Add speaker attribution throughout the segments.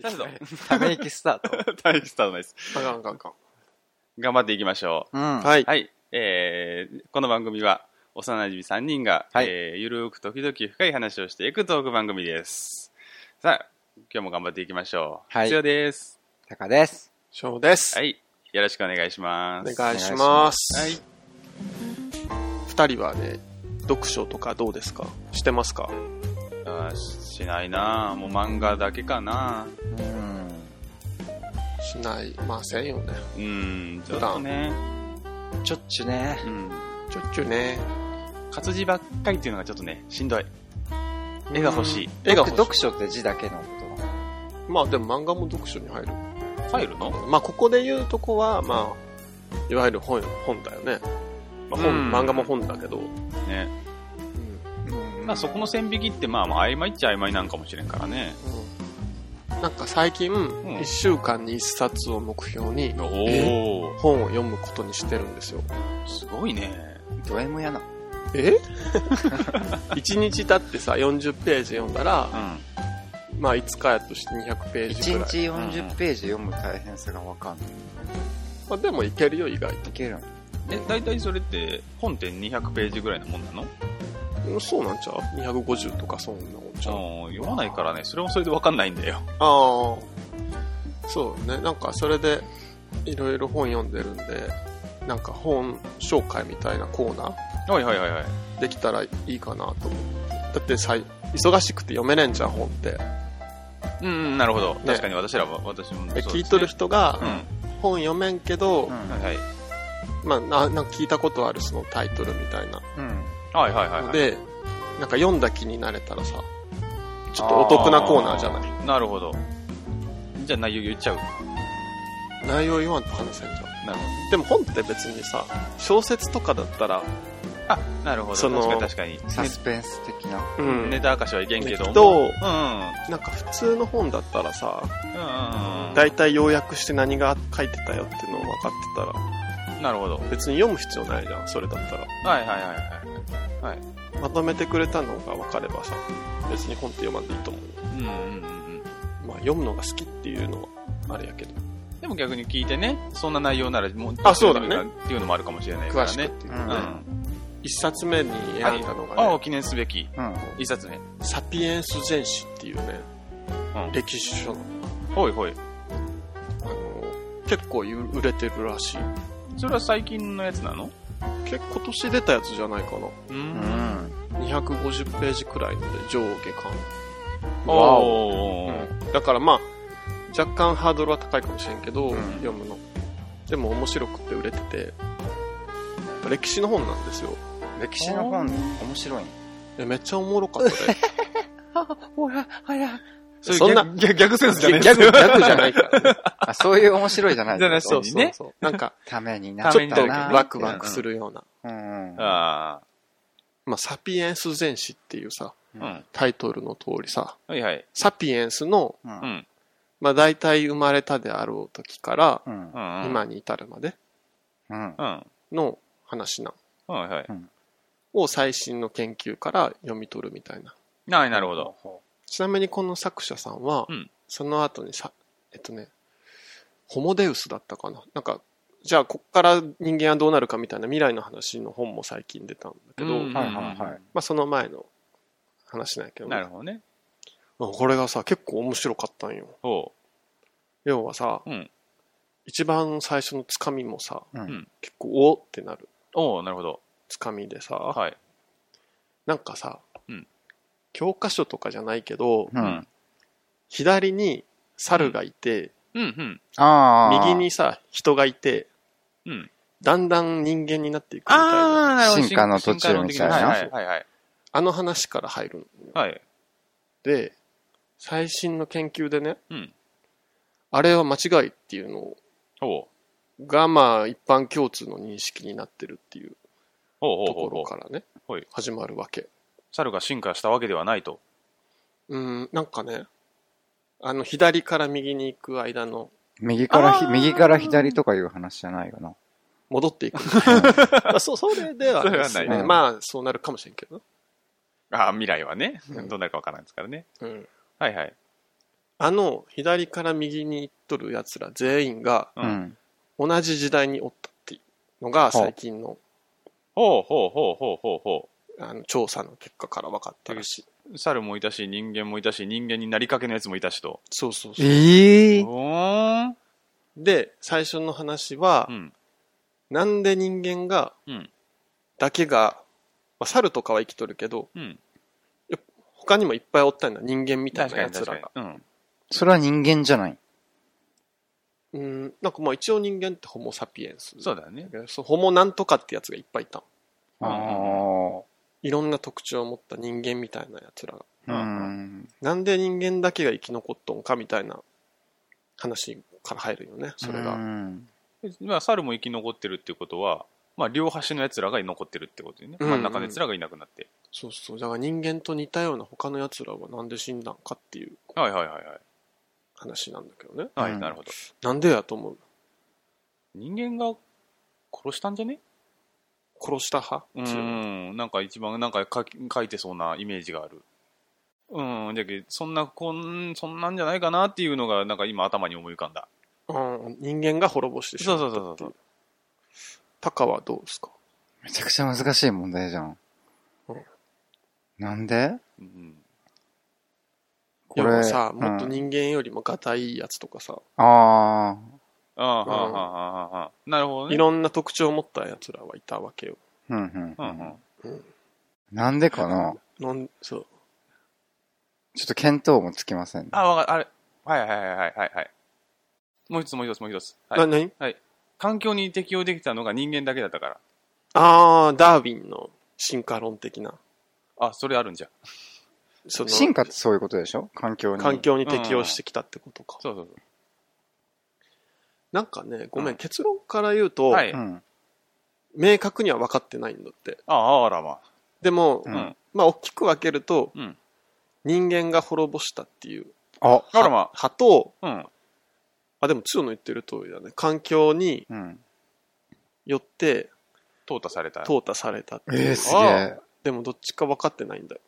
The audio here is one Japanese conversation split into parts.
Speaker 1: なるほど。
Speaker 2: ため息スタート。
Speaker 1: 大した ことないです。
Speaker 3: あかんあかんあかん。
Speaker 1: 頑張っていきましょう。
Speaker 2: うん。
Speaker 3: はい。
Speaker 1: はい。えーこの番組は、幼馴染3人が、
Speaker 2: はい
Speaker 1: えーゆるーく時々深い話をしていくトーク番組です。さあ、今日も頑張っていきましょう。
Speaker 2: はい
Speaker 1: 必要です。
Speaker 2: タカです。
Speaker 3: 翔です。
Speaker 1: はい。よろしくお願いしま
Speaker 3: お
Speaker 1: す。
Speaker 3: 願いし
Speaker 2: お願いし
Speaker 3: ま。
Speaker 2: ます
Speaker 1: はい。
Speaker 3: 二人はね、読書とかどうですかしてますか
Speaker 1: あーししないなぁもう漫画だけかな
Speaker 2: うん。
Speaker 3: しないませんよね。
Speaker 1: うん、ちょっとね。
Speaker 2: ちょっちゅね。
Speaker 1: うん。
Speaker 3: ちょっちゅうね。
Speaker 1: 活字ばっかりっていうのがちょっとね、しんどい。絵が欲しい。
Speaker 3: 絵が欲しい
Speaker 2: 読書って字だけのことなの
Speaker 3: まあでも漫画も読書に入る。
Speaker 1: 入るの
Speaker 3: まあここで言うとこは、まあ、いわゆる本、本だよね。まあ本、
Speaker 1: うん
Speaker 3: 漫画も本だけど。
Speaker 1: ね。
Speaker 2: うん
Speaker 1: まあそこの線引きってまあまあ曖昧っちゃ曖昧なんかもしれんからね。
Speaker 3: うんなんか最近、一週間に一冊を目標に
Speaker 1: おお、
Speaker 3: 本を読むことにしてるんですよ。
Speaker 1: すごいね。
Speaker 2: ド M やな。
Speaker 3: え 一日経ってさ、40ページ読んだら
Speaker 1: う、ん。
Speaker 3: まあ5日やとして200ページ
Speaker 2: 1
Speaker 3: くらい。
Speaker 2: 日40ページ読む大変さがわかんない。
Speaker 3: まあでもいけるよ、意外と。
Speaker 2: いけるの
Speaker 1: え、大体それって本って200ページぐらいのもんなの
Speaker 3: うんそうなんちゃう ?250 とかそんなもんちゃう
Speaker 1: うん読まないからね、それもそれでわかんないんだよ。
Speaker 3: ああ。そうね。なんかそれで、いろいろ本読んでるんで、なんか本紹介みたいなコーナ
Speaker 1: はいはいはいはい。
Speaker 3: ーできたらいいかなと思って。だってさ、忙しくて読めないんじゃん、本って。
Speaker 1: うんうん、なるほど。確かに私らは、私もそう
Speaker 3: え
Speaker 1: ですね
Speaker 3: 聞いとる人が
Speaker 1: うん。、
Speaker 3: 本読めんけど、
Speaker 2: うん
Speaker 1: はいはい。
Speaker 3: まあな、なんか聞いたことあるそのタイトルみたいな
Speaker 2: うん。
Speaker 1: はいはいはい、
Speaker 3: の
Speaker 1: はい。
Speaker 3: で、なんか読んだ気になれたらさ、ちょっとお得なコーナーじゃない。
Speaker 1: いなるほど。じゃあ内容言っちゃう。
Speaker 3: 内容言わんと話せんじゃん。
Speaker 1: なるほど。
Speaker 3: でも本って別にさ、小説とかだったら、
Speaker 1: あ、なるほ
Speaker 3: そ
Speaker 1: ど。
Speaker 3: の
Speaker 1: 確かに確かに。
Speaker 2: サスペンス的な。
Speaker 3: う
Speaker 1: ね
Speaker 3: ん
Speaker 1: ネタ明かしはいけんけども。
Speaker 3: ど
Speaker 1: うんうん。うん
Speaker 3: なんか普通の本だったらさ、
Speaker 1: うんうん。
Speaker 3: 大体要約して何が書いてたよっていうのを分かってたら、
Speaker 1: なるほど。
Speaker 3: 別に読む必要ないじゃん、それだったら。
Speaker 1: はいはいはいはい。
Speaker 3: まとめてくれたのが分かればさ、別に本って読まんでいいと思うよ。
Speaker 1: うんうんうん
Speaker 3: まあ読むのが好きっていうのはあれやけど。
Speaker 1: うん。でも逆に聞いてね、そんな内容ならもう、
Speaker 3: あそうだね
Speaker 1: っていうのもあるかもしれないからね。。
Speaker 3: ていううんね。一冊目に選んだのが
Speaker 1: あ
Speaker 3: ね、
Speaker 1: あ、記念すべき。
Speaker 2: うん。
Speaker 1: 一冊目。
Speaker 3: サピエンス全史っていうね、
Speaker 1: うん
Speaker 3: 歴史書の、
Speaker 1: ほいほい。
Speaker 3: あの、結構売れてるらしい。
Speaker 1: それは最近のやつなの
Speaker 3: 結構今年出たやつじゃないかな。
Speaker 1: う。
Speaker 2: うんん。
Speaker 3: 250ページくらいので上下巻。わお
Speaker 1: おー。
Speaker 3: だからまあ、若干ハードルは高いかもしれんけど、
Speaker 2: うん
Speaker 3: 読むの。でも面白くて売れてて、歴史の本なんですよ。
Speaker 2: 歴史の本、面白いね。
Speaker 3: えめっちゃおもろかったで。
Speaker 2: ほら、はや。
Speaker 1: ういう
Speaker 3: そんな
Speaker 1: 逆、逆センスじゃね
Speaker 3: ギャグ、ギャグじゃないから、ね。
Speaker 2: あ、そういう面白いじゃな い
Speaker 1: じゃない
Speaker 3: そう
Speaker 1: そう
Speaker 3: そう
Speaker 1: ね
Speaker 3: そう。なんか、
Speaker 2: ためにな
Speaker 1: た
Speaker 3: ち
Speaker 1: め
Speaker 3: ょ
Speaker 1: に
Speaker 3: っ
Speaker 1: な
Speaker 3: と
Speaker 1: る
Speaker 3: ワクワクするような。
Speaker 2: うん。うん。
Speaker 1: あ
Speaker 3: まあ、サピエンス全史っていうさ、
Speaker 1: あ。うん。
Speaker 3: タイトルの通りさ、
Speaker 1: はいはい。
Speaker 3: サピエンスの、
Speaker 2: う。
Speaker 1: うんん。
Speaker 3: まあ、大体生まれたであろう時から、
Speaker 2: うん
Speaker 1: う。ん。。
Speaker 3: 今に至るまで
Speaker 2: うん。
Speaker 1: うん。
Speaker 3: の話なん。
Speaker 1: はいはい。
Speaker 3: を最新の研究から読み取るみたいな。
Speaker 1: はい、なるほど。
Speaker 3: ちなみにこの作者さんは、
Speaker 1: うん
Speaker 3: その後にさ、えっとね、ホモデウスだったかな。なんか、じゃあこっから人間はどうなるかみたいな未来の話の本も最近出たんだけど、
Speaker 1: うん
Speaker 3: ま
Speaker 2: はいはいはい。
Speaker 3: あその前の話なんやけどね、
Speaker 1: なるほどね。
Speaker 3: まあこれがさ、結構面白かったんよ。
Speaker 1: ほ
Speaker 3: 要はさ、
Speaker 1: う。うん。
Speaker 3: 一番最初のつかみもさ、
Speaker 1: ん
Speaker 3: 結構おーってなる
Speaker 1: おー、なるほど。
Speaker 3: つかみでさ、
Speaker 1: はい。
Speaker 3: なんかさ、
Speaker 1: うん
Speaker 3: 教科書とかじゃないけど、
Speaker 2: うん。
Speaker 3: 左に猿がいて、
Speaker 1: うん、うん。
Speaker 2: ああ。
Speaker 3: 右。にさ、人がいて、
Speaker 1: うん。
Speaker 3: だんだん人間になっていくみたいな。
Speaker 1: あ
Speaker 3: あ
Speaker 1: ー、なるほど。
Speaker 2: 進化の途中みたいな
Speaker 1: はいはいはい。
Speaker 3: の話から入るの。
Speaker 1: はい。
Speaker 3: で、最新の研究でね、
Speaker 1: うん。
Speaker 3: あれは間違いっていうの
Speaker 1: ほう。
Speaker 3: が、まあ、一般共通の認識になってるっていう
Speaker 1: ほうほう
Speaker 3: と
Speaker 1: ほ
Speaker 3: こ
Speaker 1: うほ
Speaker 3: ろ
Speaker 1: う。
Speaker 3: からね
Speaker 1: ほい、
Speaker 3: 始まるわけ。
Speaker 1: 猿が進化したわけではないと。
Speaker 3: うん、なんかね、あの、左から右に行く間の、
Speaker 2: 右からひ
Speaker 1: あー
Speaker 2: 右から左とかいう話じゃないよな。
Speaker 3: 戻っていく。そう、それではです
Speaker 1: それは
Speaker 2: ない
Speaker 3: ね。まあ、そうなるかもしれんけどな。
Speaker 1: ああ、未来はね。
Speaker 3: うん
Speaker 1: どうなるかわからないですからね。
Speaker 3: うん。
Speaker 1: はいはい。
Speaker 3: あの左から右に行っとるやつら全員が
Speaker 1: うん
Speaker 2: うん。
Speaker 3: 同じ時代におったっていうのが最近の
Speaker 1: ほうほうほうほうほうほ
Speaker 3: あの調査の結果から分かったらしい。
Speaker 1: う。猿もいたし、人間もいたし、人間になりかけのやつもいたしと。
Speaker 3: そうそうそう。
Speaker 2: え
Speaker 1: う
Speaker 2: え
Speaker 1: ーん。
Speaker 3: で、最初の話は
Speaker 1: う、ん。
Speaker 3: なんで人間が、
Speaker 1: うん
Speaker 3: だけが、まあ、猿とかは生きとるけど、
Speaker 1: うん。
Speaker 3: 他にもいっぱいおったんだ、人間みたい
Speaker 1: 確
Speaker 3: な
Speaker 1: か
Speaker 3: や
Speaker 1: に
Speaker 3: つ
Speaker 1: 確
Speaker 3: ら
Speaker 1: か
Speaker 3: が
Speaker 1: に。。うん。
Speaker 2: それは人間じゃない。
Speaker 3: うん、なんかまあ一応人間ってホモ・サピエンス。
Speaker 1: そうだよね。
Speaker 3: だけどそうホモなんとかってやつがいっぱいいた
Speaker 1: う
Speaker 3: の。
Speaker 1: ん
Speaker 2: あ
Speaker 3: いろんな特徴を持った人間みたいなやつらが。
Speaker 2: あ。うん。
Speaker 3: なんで人間だけが生き残っとんかみたいな話から入るよね、それ
Speaker 2: う
Speaker 3: が。
Speaker 2: ん
Speaker 1: まあ、猿も生き残ってるってことは、まあ、両端のやつらが残ってるってことよね。
Speaker 3: うん
Speaker 1: 真ん中のやつらがいなくなって。
Speaker 3: そうそう。だから人間と似たような他のやつらはなんで死んだんかっていう
Speaker 1: はいはいはいはい。
Speaker 3: 話なんだけどね。
Speaker 1: はい、
Speaker 2: うん
Speaker 1: なるほど。
Speaker 3: なんでやと思う
Speaker 1: 人間が殺したんじゃね
Speaker 3: 殺した派
Speaker 1: う、ん、なんか一番なんか書き書いてそうなイメージがある。うん、じゃけそんな、こん、そんなんじゃないかなっていうのが、なんか今頭に思い浮かんだ。
Speaker 3: うん、人間が滅ぼしてしま
Speaker 1: そう
Speaker 3: う。
Speaker 1: そうそうそう。
Speaker 3: タカはどうですか
Speaker 2: めちゃくちゃ難しい問題じゃん
Speaker 3: うん。
Speaker 2: なんで
Speaker 1: うん、
Speaker 2: こ
Speaker 3: 要
Speaker 2: れ
Speaker 3: はさ、
Speaker 2: うん
Speaker 3: もっと人間よりもガタイいいやつとかさ、
Speaker 2: あ
Speaker 1: ああ、はあはあはあはあ。なるほどね。
Speaker 3: いろんな特徴を持ったやつらはいたわけよ。
Speaker 2: あ。うんうん
Speaker 1: う
Speaker 2: うんん
Speaker 1: うん。
Speaker 2: なんでかな
Speaker 3: なんそう
Speaker 2: ちょっと見当もつきませんね。
Speaker 1: あ、わかる。あれ。はいはいはいはいはいはい。もう一つもう一つもう一つ。はい
Speaker 3: な何
Speaker 1: 環境に適応できたのが人間だけだったから。
Speaker 3: ああ、ダーウィンの進化論的な。
Speaker 1: あ、それあるんじゃ。
Speaker 3: その
Speaker 2: 進化ってそういうことでしょ環境に。。
Speaker 3: 環境に適応してきたってことか。
Speaker 1: そうそうそ
Speaker 3: なんかね、ご
Speaker 1: う
Speaker 3: め
Speaker 1: ん
Speaker 3: ん、結論から言うと、
Speaker 1: う。はいう
Speaker 2: ん。
Speaker 3: 明確には分かってないんだって。
Speaker 1: ああ、あらまあ。
Speaker 3: でも、
Speaker 1: う
Speaker 2: う
Speaker 1: んん。
Speaker 3: まあ大きく分けると、
Speaker 1: うん。
Speaker 3: 人間が滅ぼしたっていう
Speaker 2: あ、
Speaker 1: あらま
Speaker 3: 派と、
Speaker 1: あ。うん。
Speaker 3: あ、でも、つよの言ってる通りだね。環境に
Speaker 2: うん。
Speaker 3: よって、
Speaker 1: 淘汰された。
Speaker 3: 淘汰されたっていう
Speaker 2: えー、すげえ。
Speaker 3: でもどっちか分かってないんだよ。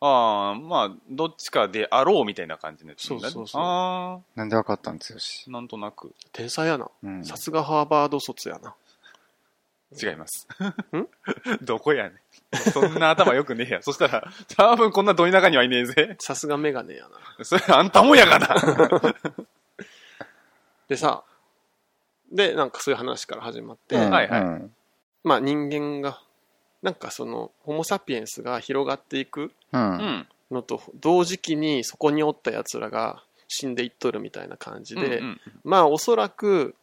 Speaker 1: ああ、まあ、どっちかであろうみたいな感じのやつだね
Speaker 3: そうそうそう
Speaker 1: あ
Speaker 2: なんでわかったんですよし。
Speaker 1: あ、なんとなく。
Speaker 3: 天才やな。
Speaker 2: うん。
Speaker 3: さすがハーバード卒やな。
Speaker 1: 違います。 どこやねん。そんな頭よくねえや。 そしたら、多分こんなどいなかにはいねえぜ。
Speaker 3: さすがメガネやな。
Speaker 1: それあんたもやがな。
Speaker 3: でさ、で、なんかそういう話から始まって、
Speaker 2: うん
Speaker 1: はいはい
Speaker 2: うん
Speaker 3: まあ人間が、なんかその、ホモ・サピエンスが広がっていく
Speaker 1: う
Speaker 2: う。
Speaker 1: んん。
Speaker 3: のと、同時期にそこにおった奴らが死んでいっとるみたいな感じで、
Speaker 1: うんうん
Speaker 3: まあおそらく、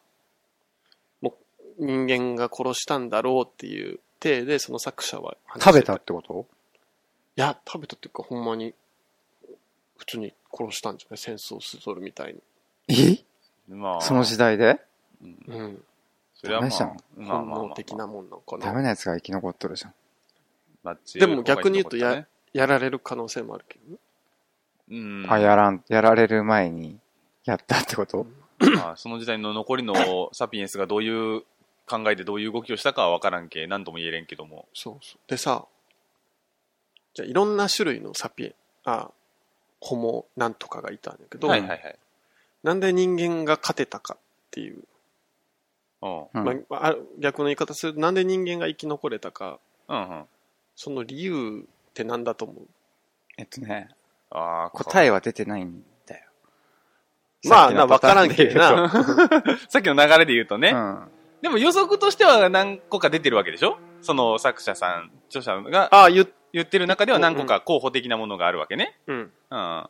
Speaker 3: もう人間が殺したんだろうっていう体で、その作者は話して
Speaker 2: 食べたってこと
Speaker 3: いや、食べたっていうか、ほんまに、普通に殺したんじゃない戦争するみたいに。
Speaker 2: え
Speaker 1: まあ、
Speaker 2: その時代で
Speaker 1: うん
Speaker 3: うん。
Speaker 1: それはま
Speaker 2: ダメじゃん
Speaker 1: あ、まあまあ
Speaker 3: 本
Speaker 1: まあ
Speaker 3: 能的なもんなんか
Speaker 2: ダ
Speaker 3: な。
Speaker 2: メなやつが生き残っとるじゃん。
Speaker 1: まあ強
Speaker 3: で
Speaker 1: い方が
Speaker 3: も逆に言うと
Speaker 1: いい残
Speaker 3: や
Speaker 1: っ
Speaker 3: やられる可能性もあるけどね。
Speaker 1: たねうん。
Speaker 2: あ、やらん、やられる前にやったってこと
Speaker 1: まあ、その時代の残り のサピエンスがどういう考えでどういう動きをしたかは分からんけ、何とも言えれんけども。
Speaker 3: そうそう。でさ、じゃあいろんな種類のサピエン、あ、ホモなんとかがいたんだけど、
Speaker 1: はいはいはい。
Speaker 3: なんで人間が勝てたかっていう、
Speaker 1: うん。
Speaker 2: うん
Speaker 3: まあまあある、逆の言い方すると、なんで人間が生き残れたか、
Speaker 1: うんうん。
Speaker 3: その理由ってなんだと思う
Speaker 2: えっとね、
Speaker 1: ああ、
Speaker 2: 答
Speaker 1: え。
Speaker 2: えは出てないんだよ。
Speaker 3: ま
Speaker 2: さっ
Speaker 3: あ
Speaker 2: き
Speaker 3: な、
Speaker 2: のパ
Speaker 3: わ
Speaker 2: タ
Speaker 3: か
Speaker 2: ー
Speaker 3: らん
Speaker 2: ンで
Speaker 3: け
Speaker 2: 言う
Speaker 3: ど
Speaker 2: と
Speaker 3: な。
Speaker 1: さっきの流れで言うとね、
Speaker 2: うん。
Speaker 1: でも予測としては何個か出てるわけでしょその作者さん、著者が
Speaker 3: ああ、言っ、
Speaker 1: 言ってる中では何個か候補的なものがあるわけね。
Speaker 3: うん。
Speaker 1: うん。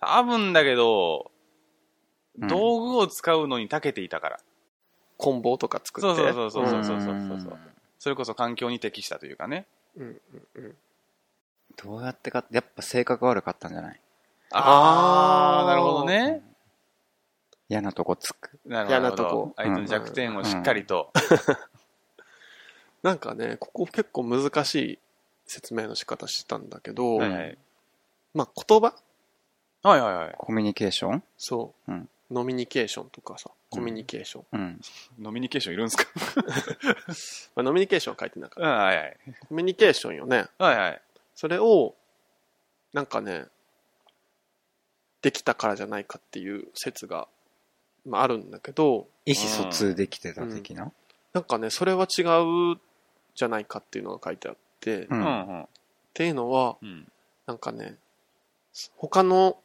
Speaker 1: 多分だけど、
Speaker 2: うん
Speaker 1: 道具を使うのに長けていたから。
Speaker 3: 棍棒とか作って。
Speaker 1: そうそうそうそうんそうそうそれこそ環境に適したというかね。
Speaker 3: うんうんうん
Speaker 2: どうやってか、やっぱ性格悪かったんじゃない
Speaker 1: あ
Speaker 3: あ
Speaker 1: ー、
Speaker 3: ー
Speaker 1: なるほどね。
Speaker 2: 嫌なとこつく。
Speaker 1: なるほど。
Speaker 3: 嫌なとこ
Speaker 1: 相手の弱点をしっかりと。
Speaker 3: なんかね、ここ結構難しい説明の仕方してたんだけど、
Speaker 1: は
Speaker 2: ん
Speaker 1: いはい。
Speaker 3: まあ言葉
Speaker 1: はいはいはい。
Speaker 2: コミュニケーション
Speaker 3: そう、
Speaker 2: うん
Speaker 3: ノミニケーションとかさ、コミュニケーション。
Speaker 2: うん。
Speaker 1: ノミニケーションいるんですか
Speaker 3: まあ、ノミニケーションは書いてなかっ
Speaker 1: うん、はいはい。
Speaker 3: た。コミュニケーションよね。
Speaker 1: はいはい。
Speaker 3: それを、なんかね、できたからじゃないかっていう説が、まあ、あるんだけど
Speaker 2: 意思疎通できてた的な。
Speaker 3: なんかねそれは違うじゃないかっていうのが書いてあって、っ
Speaker 2: う。
Speaker 1: うんんうん
Speaker 3: ていうのは
Speaker 1: うん
Speaker 3: なんかね他の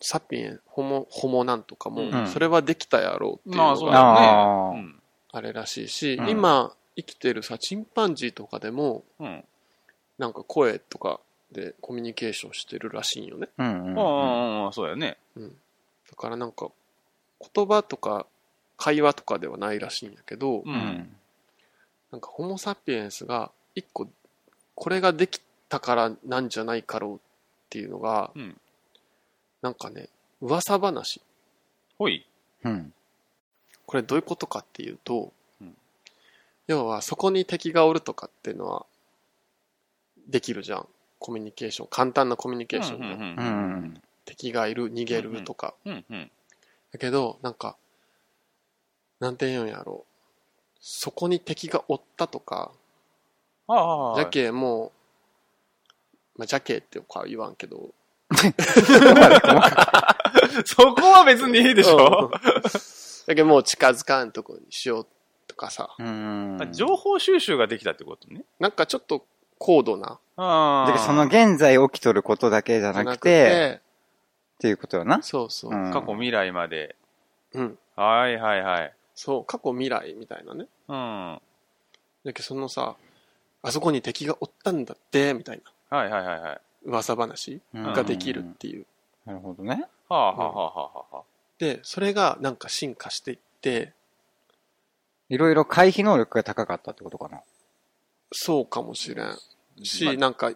Speaker 3: サピエンホモホモなんとかも、
Speaker 1: うん
Speaker 3: それはできたやろうっていう
Speaker 1: まあ
Speaker 3: の
Speaker 1: そう
Speaker 3: が
Speaker 1: だ
Speaker 2: あー
Speaker 1: ねうん
Speaker 3: あれらしいし、
Speaker 2: うん
Speaker 3: 今生きてるさチンパンジーとかでも
Speaker 1: うん
Speaker 3: なんか声とかでコミュニケーションしてるらしいんよね、
Speaker 2: うんうん
Speaker 1: あ
Speaker 2: うん。
Speaker 1: あああそうだよね
Speaker 3: うん、だからなんか言葉とか会話とかではないらしいんやけど、
Speaker 1: う
Speaker 2: うんん。
Speaker 3: なんかホモ・サピエンスが一個これができたからなんじゃないかろうっていうのが、
Speaker 1: うん
Speaker 3: なんかね噂話
Speaker 1: ほい
Speaker 2: うん。
Speaker 3: これどういうことかっていうと、
Speaker 1: うん
Speaker 3: 要はそこに敵がおるとかっていうのはできるじゃんコミュニケーション簡単なコミュニケーション
Speaker 1: うんう
Speaker 3: で、
Speaker 1: ん
Speaker 2: うんうん。
Speaker 3: 敵がいる逃げるとか、
Speaker 1: うんうん
Speaker 3: だけどなんかなんて言うんやろうそこに敵がおったとか
Speaker 1: ああ
Speaker 3: ジャケもう、まあ、ジャケってかは言わんけど、
Speaker 1: そこは別にいいでしょ
Speaker 3: だけどもう近づかんとこにしようとかさ、
Speaker 2: うん。
Speaker 1: あ情報収集ができたってことね
Speaker 3: なんかちょっと高度な、
Speaker 1: あ
Speaker 2: だけ
Speaker 1: あ
Speaker 2: どその現在起きとることだけじゃ
Speaker 3: じゃ
Speaker 2: な
Speaker 3: な
Speaker 2: く
Speaker 3: く
Speaker 2: て、
Speaker 3: て、
Speaker 2: っていうことよな。
Speaker 3: そうそう、
Speaker 2: うん
Speaker 1: 過去未来まで
Speaker 3: うん
Speaker 1: はいはいはい
Speaker 3: そう、過去未来みたいなね。
Speaker 1: うんはい
Speaker 3: だけどそのさ、あそこに敵がおったんだって、みたいな
Speaker 1: はいはいはいは
Speaker 3: 噂話ができるっていう。
Speaker 2: なるほどね。
Speaker 1: あはあはあはあはあ
Speaker 3: で、それがなんか進化していって、
Speaker 2: いろいろ回避能力が高かったってことかな。
Speaker 3: そうかもしれんし、
Speaker 1: まあ
Speaker 3: なんか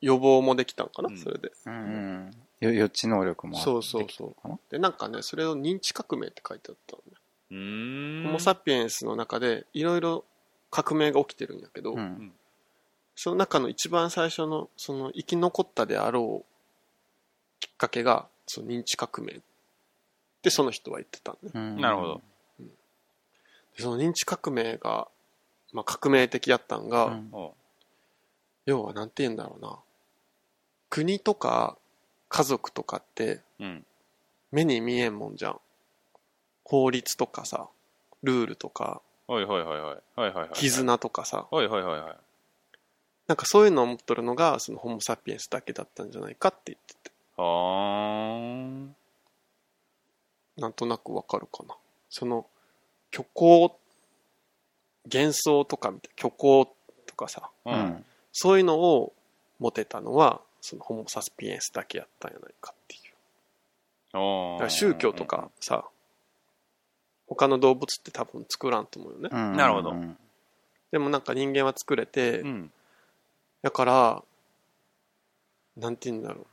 Speaker 3: 予防もできたんかな、
Speaker 1: うん
Speaker 3: それで。
Speaker 2: うん。よ予知能力もあって
Speaker 3: そうそうそう
Speaker 2: かな。
Speaker 3: で、なんかね、それを認知革命って書いてあったのね。
Speaker 1: うーん
Speaker 3: ホモ・サピエンスの中でいろいろ革命が起きてるんやけど、
Speaker 2: うん。
Speaker 3: その中の一番最初のその生き残ったであろうきっかけがその認知革命ってその人は言ってたんね
Speaker 2: うん
Speaker 1: なるほど。
Speaker 3: でその認知革命が、まあ、革命的やったんが、
Speaker 2: うん
Speaker 1: おう
Speaker 3: 要はなんて言うんだろうな国とか家族とかって
Speaker 1: うん
Speaker 3: 目に見えんもんじゃん法律とかさルールとか
Speaker 1: はいはいはいはいはいはいはい
Speaker 3: 絆とかさ
Speaker 1: はいはいはいはい
Speaker 3: なんかそういうのを持っとるのがそのホモ・サピエンスだけだったんじゃないかって言ってて
Speaker 1: はーん
Speaker 3: なんとなくわかるかな。その、虚構、幻想とかみたい、虚構とかさ、
Speaker 1: う
Speaker 2: うんん。
Speaker 3: そういうのを持てたのは、そのホモ・サピエンスだけやったんじゃないかっていう。
Speaker 1: お
Speaker 3: だ
Speaker 1: う
Speaker 3: から宗教とかさ、他の動物って多分作らんと思うよね。
Speaker 2: うん
Speaker 1: なるほど
Speaker 2: うん
Speaker 3: でもなんか人間は作れて
Speaker 1: う、ん
Speaker 3: だから、なんて言うんだろうな。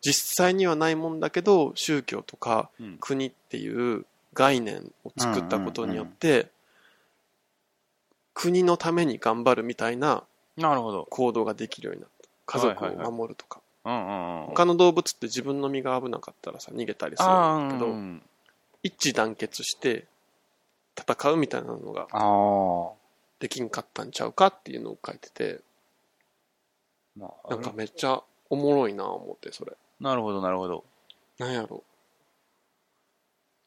Speaker 3: 実際にはないもんだけど、宗教とか
Speaker 1: うん
Speaker 3: 国っていう概念を作ったことによって、国のために頑張るみたいな
Speaker 1: なるほど
Speaker 3: 行動ができるようになった家
Speaker 1: はいはい
Speaker 3: 族
Speaker 1: はい
Speaker 3: を守るとか、
Speaker 1: うんうんうん
Speaker 3: 他の動物って自分の身が危なかったらさ逃げたりする
Speaker 1: あ
Speaker 3: んだ
Speaker 1: ー
Speaker 3: けど、
Speaker 1: うん
Speaker 3: 一致団結して戦うみたいなのが
Speaker 2: ああ。
Speaker 3: できんかったんちゃうかっていうのを書いてて
Speaker 1: まあ
Speaker 3: なんかめっちゃおもろいな思ってそれ
Speaker 1: なるほどなるほど
Speaker 3: なんやろ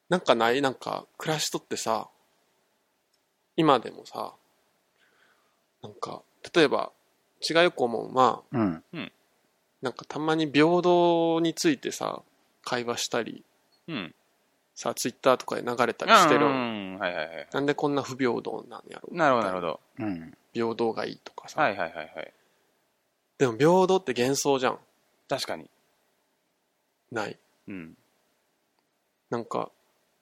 Speaker 3: なんかないなんか暮らしとってさ今でもさなんか例えば違うよく思うまあ
Speaker 2: うん。
Speaker 3: なんかたまに平等についてさ会話したり
Speaker 1: うん
Speaker 3: さツイッターとかで流れたりしてる、
Speaker 1: うんはいはいはい
Speaker 3: なんでこんな不平等なんやろ
Speaker 1: なるほどなるほど
Speaker 2: うん。
Speaker 3: 平等がいいとかさ、
Speaker 1: はいはいはいはい
Speaker 3: でも平等って幻想じゃん
Speaker 1: 確かに
Speaker 3: ない
Speaker 1: うん
Speaker 3: なんか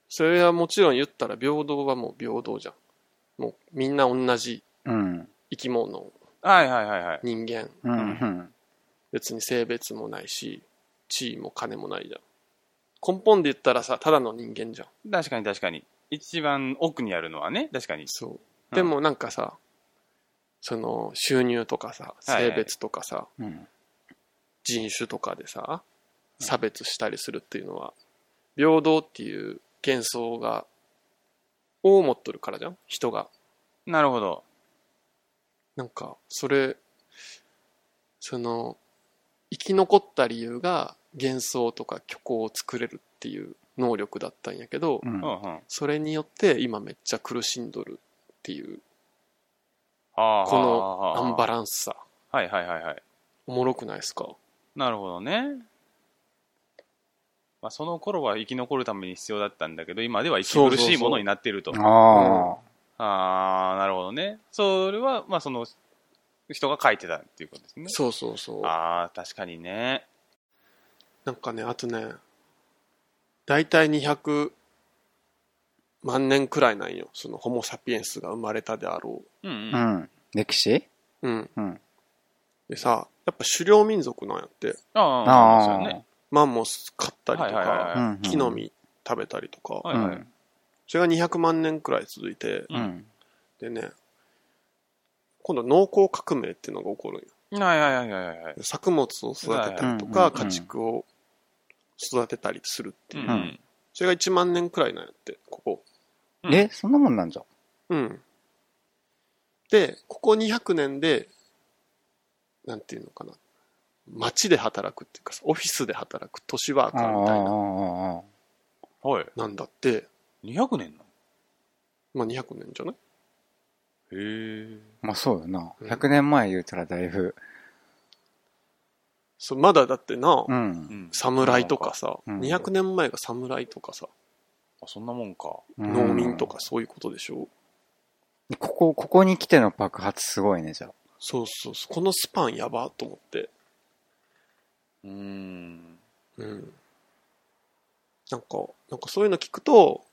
Speaker 3: それはもちろん言ったら平等はもう平等じゃんもうみんな同じ
Speaker 2: うん。
Speaker 3: 生き物
Speaker 1: はいはいはいはい
Speaker 3: 人間
Speaker 2: うん。うん。
Speaker 3: 別に性別もないし地位も金もないじゃん根本で言ったらさただの人間じゃん
Speaker 1: 確かに確かに一番奥にあるのはね確かに
Speaker 3: そうでもなんかさ、その収入とかさ
Speaker 1: はいは
Speaker 3: 性
Speaker 1: い
Speaker 3: 別とかさ、
Speaker 2: うん。
Speaker 3: 人種とかでさ差別したりするっていうのは平等っていう幻想がを持っとるからじゃん人が
Speaker 1: なるほど
Speaker 3: なんかそれその生き残った理由が幻想とか虚構を作れるっていう能力だったんやけど、
Speaker 2: うん
Speaker 1: う。んうん。
Speaker 3: それによって今めっちゃ苦しんどるっていう
Speaker 1: あー
Speaker 3: このアンバランスさ
Speaker 1: はいはいはいはい。
Speaker 3: おもろくないですか
Speaker 1: なるほどね。まあ、その頃は生き残るために必要だったんだけど、今では息苦しいものになっていると。
Speaker 2: あ
Speaker 1: ああ、なるほどね。それは、まあ、その、人が書いてたっていうことですね。
Speaker 3: そうそうそう
Speaker 1: ああ、確かにね。
Speaker 3: なんかねあとね大体200万年くらいなんよそのホモ・サピエンスが生まれたであろ
Speaker 1: うんうん。
Speaker 2: あ。うん。歴史
Speaker 3: ううん
Speaker 2: うん。
Speaker 3: でさやっぱ狩猟民族なんやって
Speaker 1: ああ、そうですよね。
Speaker 3: マンモス飼ったりとか、
Speaker 1: はいはいはいはい
Speaker 2: うん。
Speaker 3: 木の。実食べたりとか、
Speaker 1: は
Speaker 2: う
Speaker 1: い
Speaker 2: ん。
Speaker 1: は
Speaker 2: う
Speaker 1: い
Speaker 2: ん。
Speaker 3: それが200万年くらい続いて
Speaker 1: う
Speaker 2: うん。
Speaker 3: でね今度農耕革命っていうのが起こるんよ
Speaker 1: はいはいはいはいはい。
Speaker 3: 作物を育てたりと
Speaker 2: はいは
Speaker 3: か、
Speaker 2: い
Speaker 3: 家畜を育てたりするって
Speaker 1: う
Speaker 3: いう、
Speaker 1: ん。
Speaker 3: それが1万年くらいなんやってここ
Speaker 1: うん
Speaker 2: え、そんなもんなんじゃ。
Speaker 3: うんでここ200年でなんていうのかな街で働くっていうかさオフィスで働く都市ワー
Speaker 2: あ
Speaker 3: カ
Speaker 2: あ、あ
Speaker 3: ーみたいな
Speaker 2: あ、あ
Speaker 1: はい。
Speaker 3: なんだって
Speaker 1: 200年な
Speaker 3: まあ200年じゃない
Speaker 1: のへえ。
Speaker 2: まあそうよな。
Speaker 3: うん
Speaker 2: 100年前言うたらだいぶ。
Speaker 3: そうまだだってな、
Speaker 2: う。
Speaker 1: うんん。
Speaker 3: 侍とかさ、
Speaker 2: うん
Speaker 3: 200年前が侍とかさ、
Speaker 1: あそんなもんか。
Speaker 2: うん
Speaker 3: 農民と。かそういうことでしょ、
Speaker 2: ここ、ここに来ての爆発すごいね、じゃあ。
Speaker 3: そうそうそうこのスパンやばと思って
Speaker 1: うーん。
Speaker 3: うん。なんか、なんかそういうの聞くと、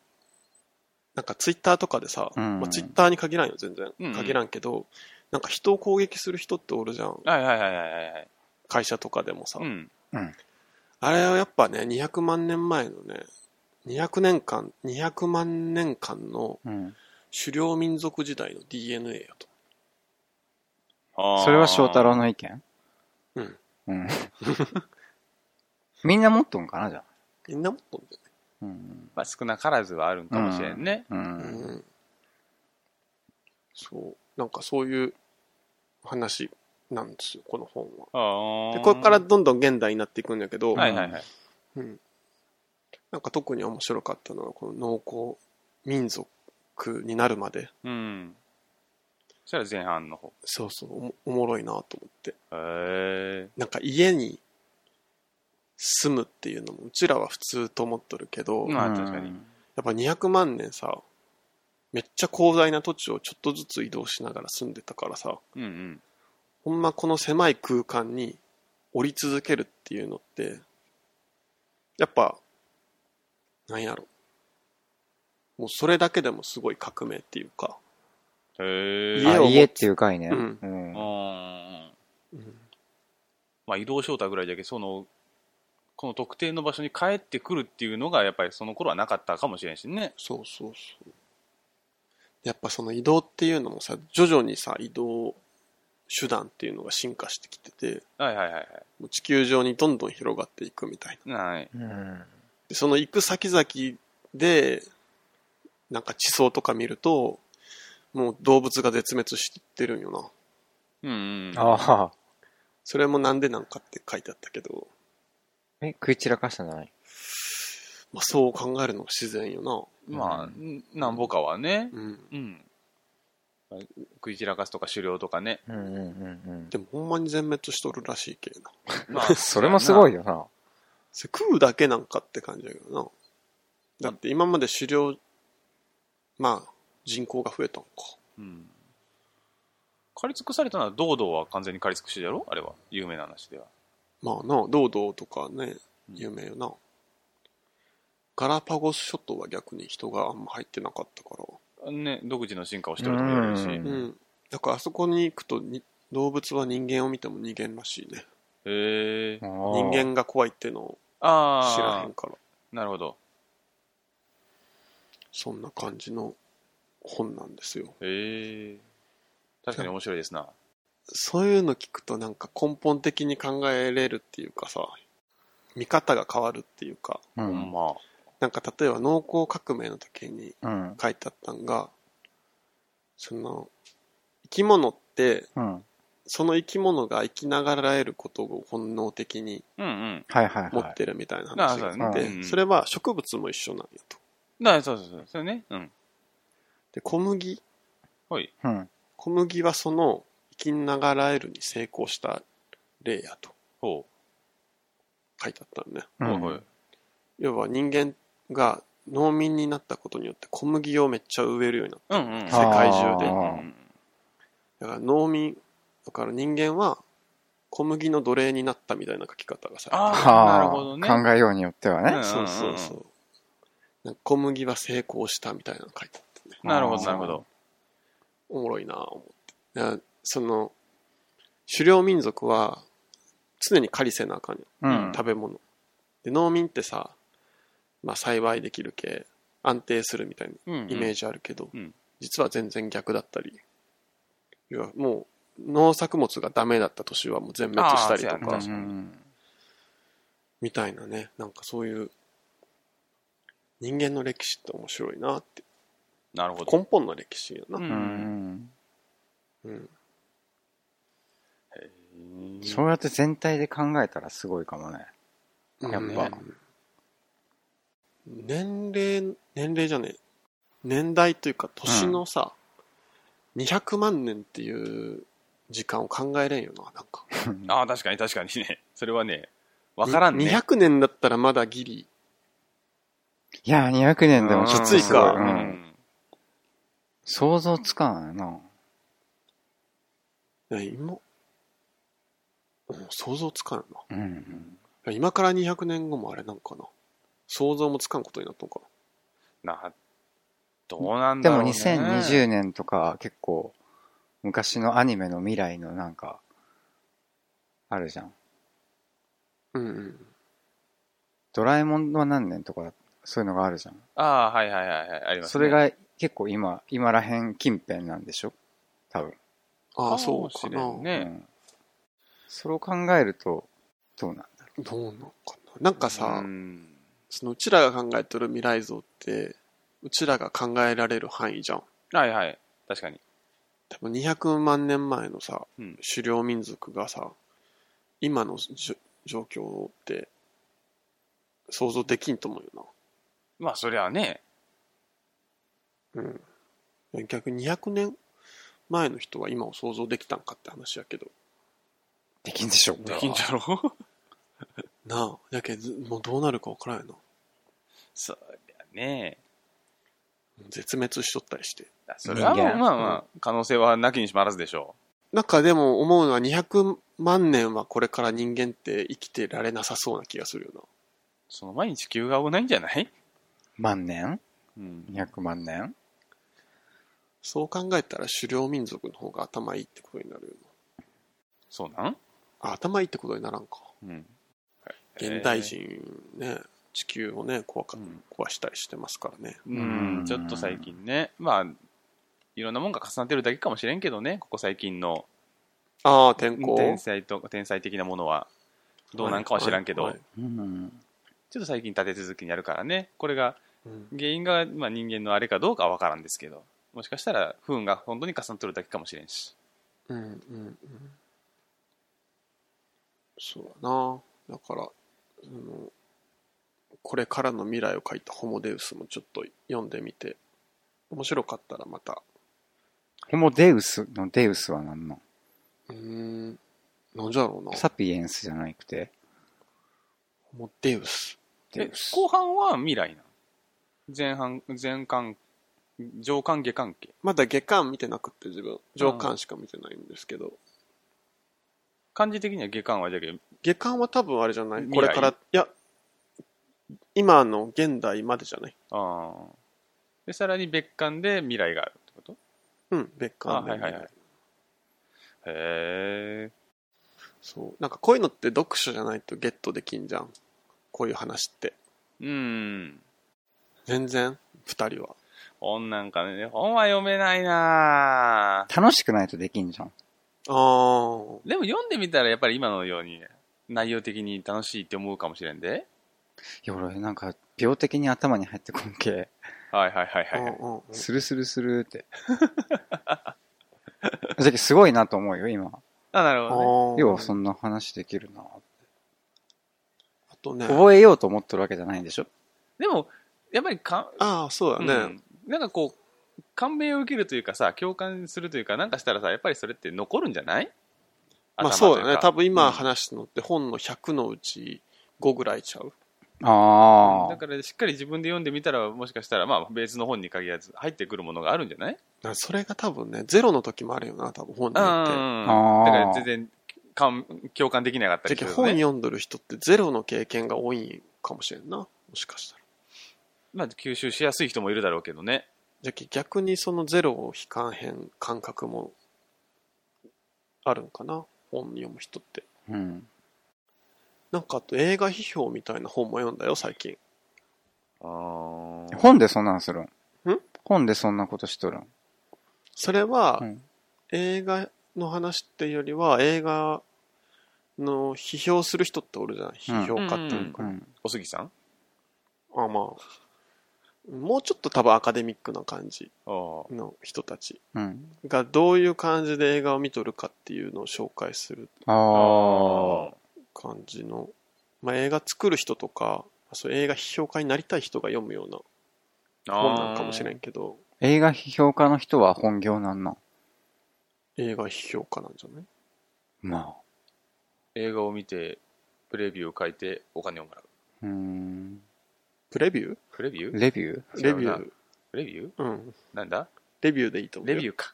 Speaker 3: なんかツイッターとかでさ、
Speaker 2: うん
Speaker 3: まあ、ツイッターに限らんよ、全然
Speaker 1: うんうん。
Speaker 3: 限らんけど、なんか人を攻撃する人っておるじゃん。
Speaker 1: はいはいはいはいはいはい。
Speaker 3: 会社とかでもさ。
Speaker 1: うん。
Speaker 3: あれはやっぱね、200万年前のね、200年間、200万年間の
Speaker 2: うん。
Speaker 3: 狩猟民族時代の DNA やと。
Speaker 1: あー
Speaker 2: それは翔太郎の意見
Speaker 3: うん。
Speaker 2: うん。 みんな持っとんかな、じゃあ。
Speaker 3: みんな持っとんじ
Speaker 2: うん。
Speaker 1: まあ、少なからずはあるんかもしれんね。
Speaker 2: う
Speaker 3: ゃない、
Speaker 2: ん。
Speaker 3: うん。そう。なんかそういう話なんですよ、この本
Speaker 1: あ
Speaker 3: は。
Speaker 1: あ。
Speaker 3: でこれから、どんどん現代になっていくんだけど、
Speaker 1: はいはいはい。
Speaker 3: うん、なんか特に面白かったのはこの農耕民族になるまで
Speaker 1: うん。そしたら前半の方。
Speaker 3: そうそうおもおもろいなと思って
Speaker 1: へえ。
Speaker 3: なんか家に住むっていうのもうちらは普通と思っとるけど、
Speaker 1: うん
Speaker 3: やっ
Speaker 1: まあ確かに
Speaker 3: ぱ200万年さめっちゃ広大な土地をちょっとずつ移動しながら住んでたからさ
Speaker 1: うんうん。
Speaker 3: ほんまこの狭い空間に降り続けるっていうのって、やっぱ、なんやろ。もうそれだけでもすごい革命っていうか、
Speaker 1: へえ。
Speaker 3: 家
Speaker 2: あ
Speaker 3: を持つ
Speaker 2: 家っていう概念。
Speaker 3: うん
Speaker 2: うん
Speaker 1: うん。
Speaker 3: うん
Speaker 1: まあ、移動翔太ぐらいだけど、その、この特定の場所に帰ってくるっていうのが、やっぱりその頃はなかったかもしれんしね。
Speaker 3: そうそうそう。やっぱその移動っていうのもさ、徐々にさ、移動手段っていうのが進化してきてて、
Speaker 1: はいはいはい
Speaker 3: もう地球上にどんどん広がっていくみたいな。
Speaker 1: はい。はい。
Speaker 2: うん。
Speaker 3: でその行く先々で、なんか地層とか見ると、もう動物が絶滅してるんよな。
Speaker 1: うんうん。
Speaker 2: ああ。
Speaker 3: それもなんでなんかって書いてあったけど、
Speaker 2: え、食い散らかしたんじゃない
Speaker 3: まあそう考えるのが自然よ
Speaker 1: まあ、んなんぼかはね。
Speaker 3: な。うん。
Speaker 1: うん。食い散らかすとか狩猟とかね。
Speaker 2: うんうんうん
Speaker 3: でもほんまに全滅しとるらしいけどな。
Speaker 1: ま
Speaker 2: う
Speaker 1: あ
Speaker 2: ん。 それもすご
Speaker 1: い。
Speaker 2: いよな。
Speaker 3: それ食うだけなんかって感じだけどな。だって今まで狩猟、まあ人口が増えたんか。
Speaker 1: うん。刈り尽くされたのは、堂々は完全に刈り尽くしだろあれは。有名な話では。
Speaker 3: まあな、堂々とかね、
Speaker 1: うん
Speaker 3: 有名よな。ガラパゴス諸島は逆に人があんま入ってなかったから。
Speaker 1: ね、独自の進化をしてるとも言われるし。
Speaker 2: う
Speaker 1: へ
Speaker 2: ん
Speaker 3: うん。だからあそこに行くとに動物は人間を見ても逃げんらしいね。
Speaker 1: え。
Speaker 2: 人
Speaker 3: 人間が怖いってのを知らへ
Speaker 1: あ
Speaker 3: んから。
Speaker 1: あ、なるほど。
Speaker 3: そんな感じの本なんですよ。
Speaker 1: へえ。確かに面白いですな。
Speaker 3: そういうの聞くとなんか根本的に考えれるっていうかさ、見方が変わるっていうか、
Speaker 2: う
Speaker 1: ほ
Speaker 2: ん
Speaker 1: ん。ま。
Speaker 3: なんか例えば農耕革命の時に
Speaker 2: うん。
Speaker 3: 書いてあったんが、その、生き物って
Speaker 2: うん。
Speaker 3: その生き物が生きながらえることを本能的に
Speaker 1: うんうん。
Speaker 2: はいはい
Speaker 3: 持
Speaker 2: は
Speaker 3: っ
Speaker 2: い。
Speaker 3: てるみたいな話があっ
Speaker 2: あそうだ
Speaker 3: て、
Speaker 1: ねうんうん
Speaker 3: それは植物も一緒なんやと。
Speaker 1: だからそうそうそう。それね。うん。
Speaker 3: で、小麦、
Speaker 1: はい。
Speaker 2: うん。
Speaker 3: 小麦はその生きながらえるに成功した例やと
Speaker 1: ほ
Speaker 3: 書いてあったのね。
Speaker 1: う。
Speaker 2: う
Speaker 1: ほい
Speaker 2: ん
Speaker 1: ほい。
Speaker 3: 要は人間が農民になったことによって小麦をめっちゃ植えるようになっ
Speaker 1: うんうん。
Speaker 3: た。世界中
Speaker 2: あ
Speaker 3: で
Speaker 2: ー。
Speaker 1: うん
Speaker 3: だから農民、だから人間は小麦の奴隷になったみたいな書き方がされてる
Speaker 1: ああ、な
Speaker 2: は
Speaker 1: る
Speaker 2: あ
Speaker 1: ほどね。
Speaker 2: 考えようによっては
Speaker 1: うん
Speaker 2: ね。
Speaker 3: そうそうそう。なんか小麦は成功したみたいなの書いてあってね。
Speaker 1: なるほど、なるほど。
Speaker 3: おもろいなぁ思って。いやその、狩猟民族は常に狩りせなあかんよ。
Speaker 2: うん。
Speaker 3: 食べ物。で、農民ってさ、まあ栽培できる系、安定するみたいな
Speaker 1: イメ
Speaker 3: イメー
Speaker 1: ジ。
Speaker 3: ジあるけど、
Speaker 1: うん
Speaker 3: 実は全然逆だったり。いや、もう農作物がダメだった年はもう全滅したりと
Speaker 1: あーそうやね、
Speaker 3: か
Speaker 2: う
Speaker 1: 確か
Speaker 2: ん
Speaker 3: みたいなね。なんかそういう、人間の歴史って面白いなぁって。
Speaker 1: なるほど。
Speaker 3: 根本の歴史やな。
Speaker 2: う
Speaker 1: うん
Speaker 2: ん。
Speaker 3: うん。
Speaker 1: う
Speaker 2: そうやって全体で考えたらすごいかもね。やっぱ
Speaker 3: うん年齢、年齢じゃねえ。年代というか、年のさ、200万年っていう時間を考えれんよな、なんか。
Speaker 1: ああ、確かに確かにね。 それはね、わからんね。
Speaker 3: 200年だったらまだギリ。
Speaker 2: いや、200年でも
Speaker 1: うん
Speaker 2: ちょっと
Speaker 3: きつい
Speaker 2: すご
Speaker 3: か
Speaker 2: う
Speaker 1: うんん。
Speaker 2: 想像つかないな。
Speaker 3: いや今、うん想像つかんな
Speaker 2: うん。。
Speaker 3: いや今から200年後もあれなんかな。想像もつかんことになったのか
Speaker 1: な、どうなん
Speaker 2: で
Speaker 1: だろ
Speaker 2: も
Speaker 1: うね。
Speaker 2: 2020年とか結構昔のアニメの未来のなんかあるじゃん。
Speaker 3: な。うんうん。
Speaker 2: ドラえもんは何年とかそういうのがあるじゃん。
Speaker 1: ああ、はいはいはいはい。ありますね。
Speaker 2: それが結構今、今らへん近辺なんでしょ多分。
Speaker 3: ああ、そうか
Speaker 1: もし
Speaker 3: な。
Speaker 1: れんね。
Speaker 2: ん。それを考えるとどうなんだ
Speaker 3: どうなんかな。なんかさ、
Speaker 1: うん
Speaker 3: そのうちらが考えてる未来像って、うちらが考えられる範囲じゃん。
Speaker 1: はいはい。確かに。
Speaker 3: 多分200万年前のさ、
Speaker 1: うん
Speaker 3: 狩猟民族がさ、今のじょ状況って想像できんと思うよ
Speaker 1: まあ、そりゃあね。
Speaker 3: な。うん。逆に200年前の人は今を想像できたんかって話やけど。
Speaker 2: できんでしょ
Speaker 1: できんじゃろ
Speaker 3: なあ。やけど、もうどうなるかわからんよな。
Speaker 1: そりゃね。
Speaker 3: 絶滅しとったりして。
Speaker 1: それは
Speaker 2: 人
Speaker 1: まあ
Speaker 2: 間
Speaker 1: まあまあ、可能性はなきにしもあらずでしょ
Speaker 3: なんかでも思うのは200万年はこれから人間って生きてられなさそうな気がするよな。
Speaker 1: う。その前に地球が危ないんじゃない
Speaker 2: 万年
Speaker 1: うん。
Speaker 2: ?200 万年
Speaker 3: そう考えたら狩猟民族の方が頭いいってことになるよ
Speaker 1: そうなん
Speaker 3: な。あ、頭いいってことにならんか。
Speaker 1: うん。
Speaker 3: 現代人ね、地球をね、壊か
Speaker 1: うん
Speaker 3: 壊したりしてますからね。
Speaker 1: うん
Speaker 2: うん
Speaker 1: ちょっと最近ね、まあ、いろんなもんが重なってるだけかもしれんけどね、ここ最近の
Speaker 3: ああ、天候。
Speaker 1: 天才と天才的なものは、どうなんかは知らんけど、
Speaker 3: はいはい
Speaker 2: うん。
Speaker 1: ちょっと最近立て続けにやるからね、これが
Speaker 3: うん
Speaker 1: 原因が、まあ、人間のあれかどうかは分からんですけど、もしかしたら不運が本当に重なってるだけかもしれんし、
Speaker 3: うんうんうん。そうだな。だから、あの、これからの未来を書いたホモデウスもちょっと読んでみて、面白かったらまた、
Speaker 2: ホモデウスのデウスは何なん
Speaker 3: うーん、なんじゃろうな。
Speaker 2: サピエンスじゃなくて
Speaker 3: ホモデウス。
Speaker 2: デ
Speaker 1: え
Speaker 2: ウス。
Speaker 1: 後半は未来なの前半、前半、上関下関係、
Speaker 3: まだ下巻見てなくって自分、上巻しか見てないんですけど、
Speaker 1: 漢字的には下巻はじゃけ
Speaker 3: 下巻は多分あれじゃない
Speaker 1: 未
Speaker 3: こ
Speaker 1: 来
Speaker 3: れから、いや、今の現代までじゃない
Speaker 1: あーでさらに別巻で未来があるってこと
Speaker 3: うん、別
Speaker 1: あ
Speaker 3: 巻で
Speaker 1: はいはいはい。へえ。
Speaker 3: そう。なんかこういうのって読書じゃないとゲットできんじゃん。こういう話って。
Speaker 1: うん。
Speaker 3: 全然、二人は。
Speaker 1: 本なんかね、本は読めないなぁ
Speaker 2: 楽しくないとできんじゃん。
Speaker 3: あー。
Speaker 1: でも読んでみたらやっぱり今のように内容的に楽しいって思うかもしれんで。
Speaker 2: いや、俺なんか病的に頭に入ってこんけ。
Speaker 1: はいはいはいはい。
Speaker 3: うんうんうん
Speaker 2: スルスルスルって。だけどすごいなと思うよ、今。
Speaker 1: あ、なるほど、ね。
Speaker 3: ああ。
Speaker 2: ようそんな話できるな。
Speaker 3: あとね。
Speaker 2: 覚えようと思ってるわけじゃないんでしょ
Speaker 1: でも、やっぱりか、
Speaker 3: ああ、そうだね。
Speaker 1: うんなんかこう、感銘を受けるというかさ、共感するというか、なんかしたらさ、やっぱりそれって残るんじゃない
Speaker 3: まあそうだね。多分今
Speaker 1: 話
Speaker 3: 話したのって本の100のうち5ぐらいちゃう。
Speaker 2: あ
Speaker 1: だ
Speaker 2: あ。
Speaker 1: からしっかり自分で読んでみたらもしかしたらまあ別の本に限らず入ってくるものがあるんじゃない
Speaker 3: なそれが多分ね、ゼロの時もあるよな、多分本に
Speaker 1: うん
Speaker 3: よっ
Speaker 2: あ
Speaker 3: て。
Speaker 2: ー
Speaker 1: だから全然感共感できなかった
Speaker 3: じ
Speaker 1: り
Speaker 3: ゃ
Speaker 1: す
Speaker 3: あ
Speaker 1: る
Speaker 3: 本
Speaker 1: よね、
Speaker 3: 読んどる人ってゼロの経験が多いんかもしれんな。もしかしたら。
Speaker 1: まあ、吸収しやすい人もいるだろうけどね
Speaker 3: じゃあ逆にそのゼロを悲観編感覚もあるんかな。本読む人って。
Speaker 2: うん。
Speaker 3: なんかあと映画批評みたいな本も読んだよ、最近。
Speaker 1: あー
Speaker 2: 本でそんなんするん
Speaker 3: ん
Speaker 2: 本でそんなことしとるん
Speaker 3: それは
Speaker 2: うん
Speaker 3: 映画の話っていうよりは映画の批評する人っておるじゃない批評家っていう
Speaker 2: う
Speaker 3: か、
Speaker 2: ん。
Speaker 1: おすぎさん
Speaker 3: あまあもうちょっと多分アカデミックな感じ
Speaker 1: あー
Speaker 3: の人たち
Speaker 2: うん。
Speaker 3: がどういう感じで映画を見とるかっていうのを紹介する
Speaker 2: ああ。
Speaker 3: 感じの、まあ、映画作る人とかそう映画批評家になりたい人が読むような本なんかもしれ
Speaker 1: い
Speaker 3: んけど
Speaker 2: 映画批評家の人は本業なんなん
Speaker 3: 映画批評家なんじゃない
Speaker 2: まあ。
Speaker 1: 映画を見てプレビューを書いてお金をもらう
Speaker 2: うーん。
Speaker 3: プレビュー
Speaker 1: プレビュー
Speaker 2: レビュー
Speaker 3: レビ
Speaker 1: 違
Speaker 3: ュ
Speaker 1: うな
Speaker 3: ー
Speaker 1: プレビュー
Speaker 3: うん
Speaker 1: なんだ
Speaker 3: レビューでいいと思う
Speaker 1: レ
Speaker 3: よ
Speaker 1: ビューか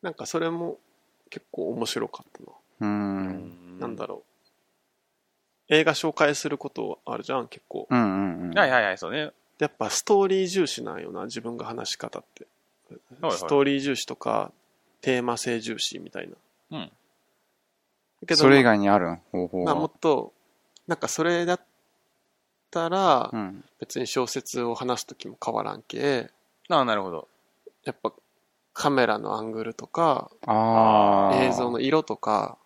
Speaker 3: なんかそれも結構面白かったな。
Speaker 2: うー。
Speaker 1: うん
Speaker 3: なんだろう。映画紹介することあるじゃん、結構。
Speaker 2: うんうんうん。
Speaker 1: はいはいはいそうね
Speaker 3: やっぱストーリー重視なんよな、自分が話し方って。
Speaker 1: はいはい
Speaker 3: ストーリー重視とか、テーマ性重視みたいな。
Speaker 1: うん
Speaker 3: だけど、
Speaker 2: それ以外にあるん方法
Speaker 3: まあも
Speaker 2: は。
Speaker 3: っと、なんかそれだったら
Speaker 2: う、ん。
Speaker 3: 別に小説を話すときも変わらんけ、
Speaker 1: ああなるほど
Speaker 3: やっぱカメラのアングルとか、
Speaker 2: ああ。
Speaker 3: 映像の色とか、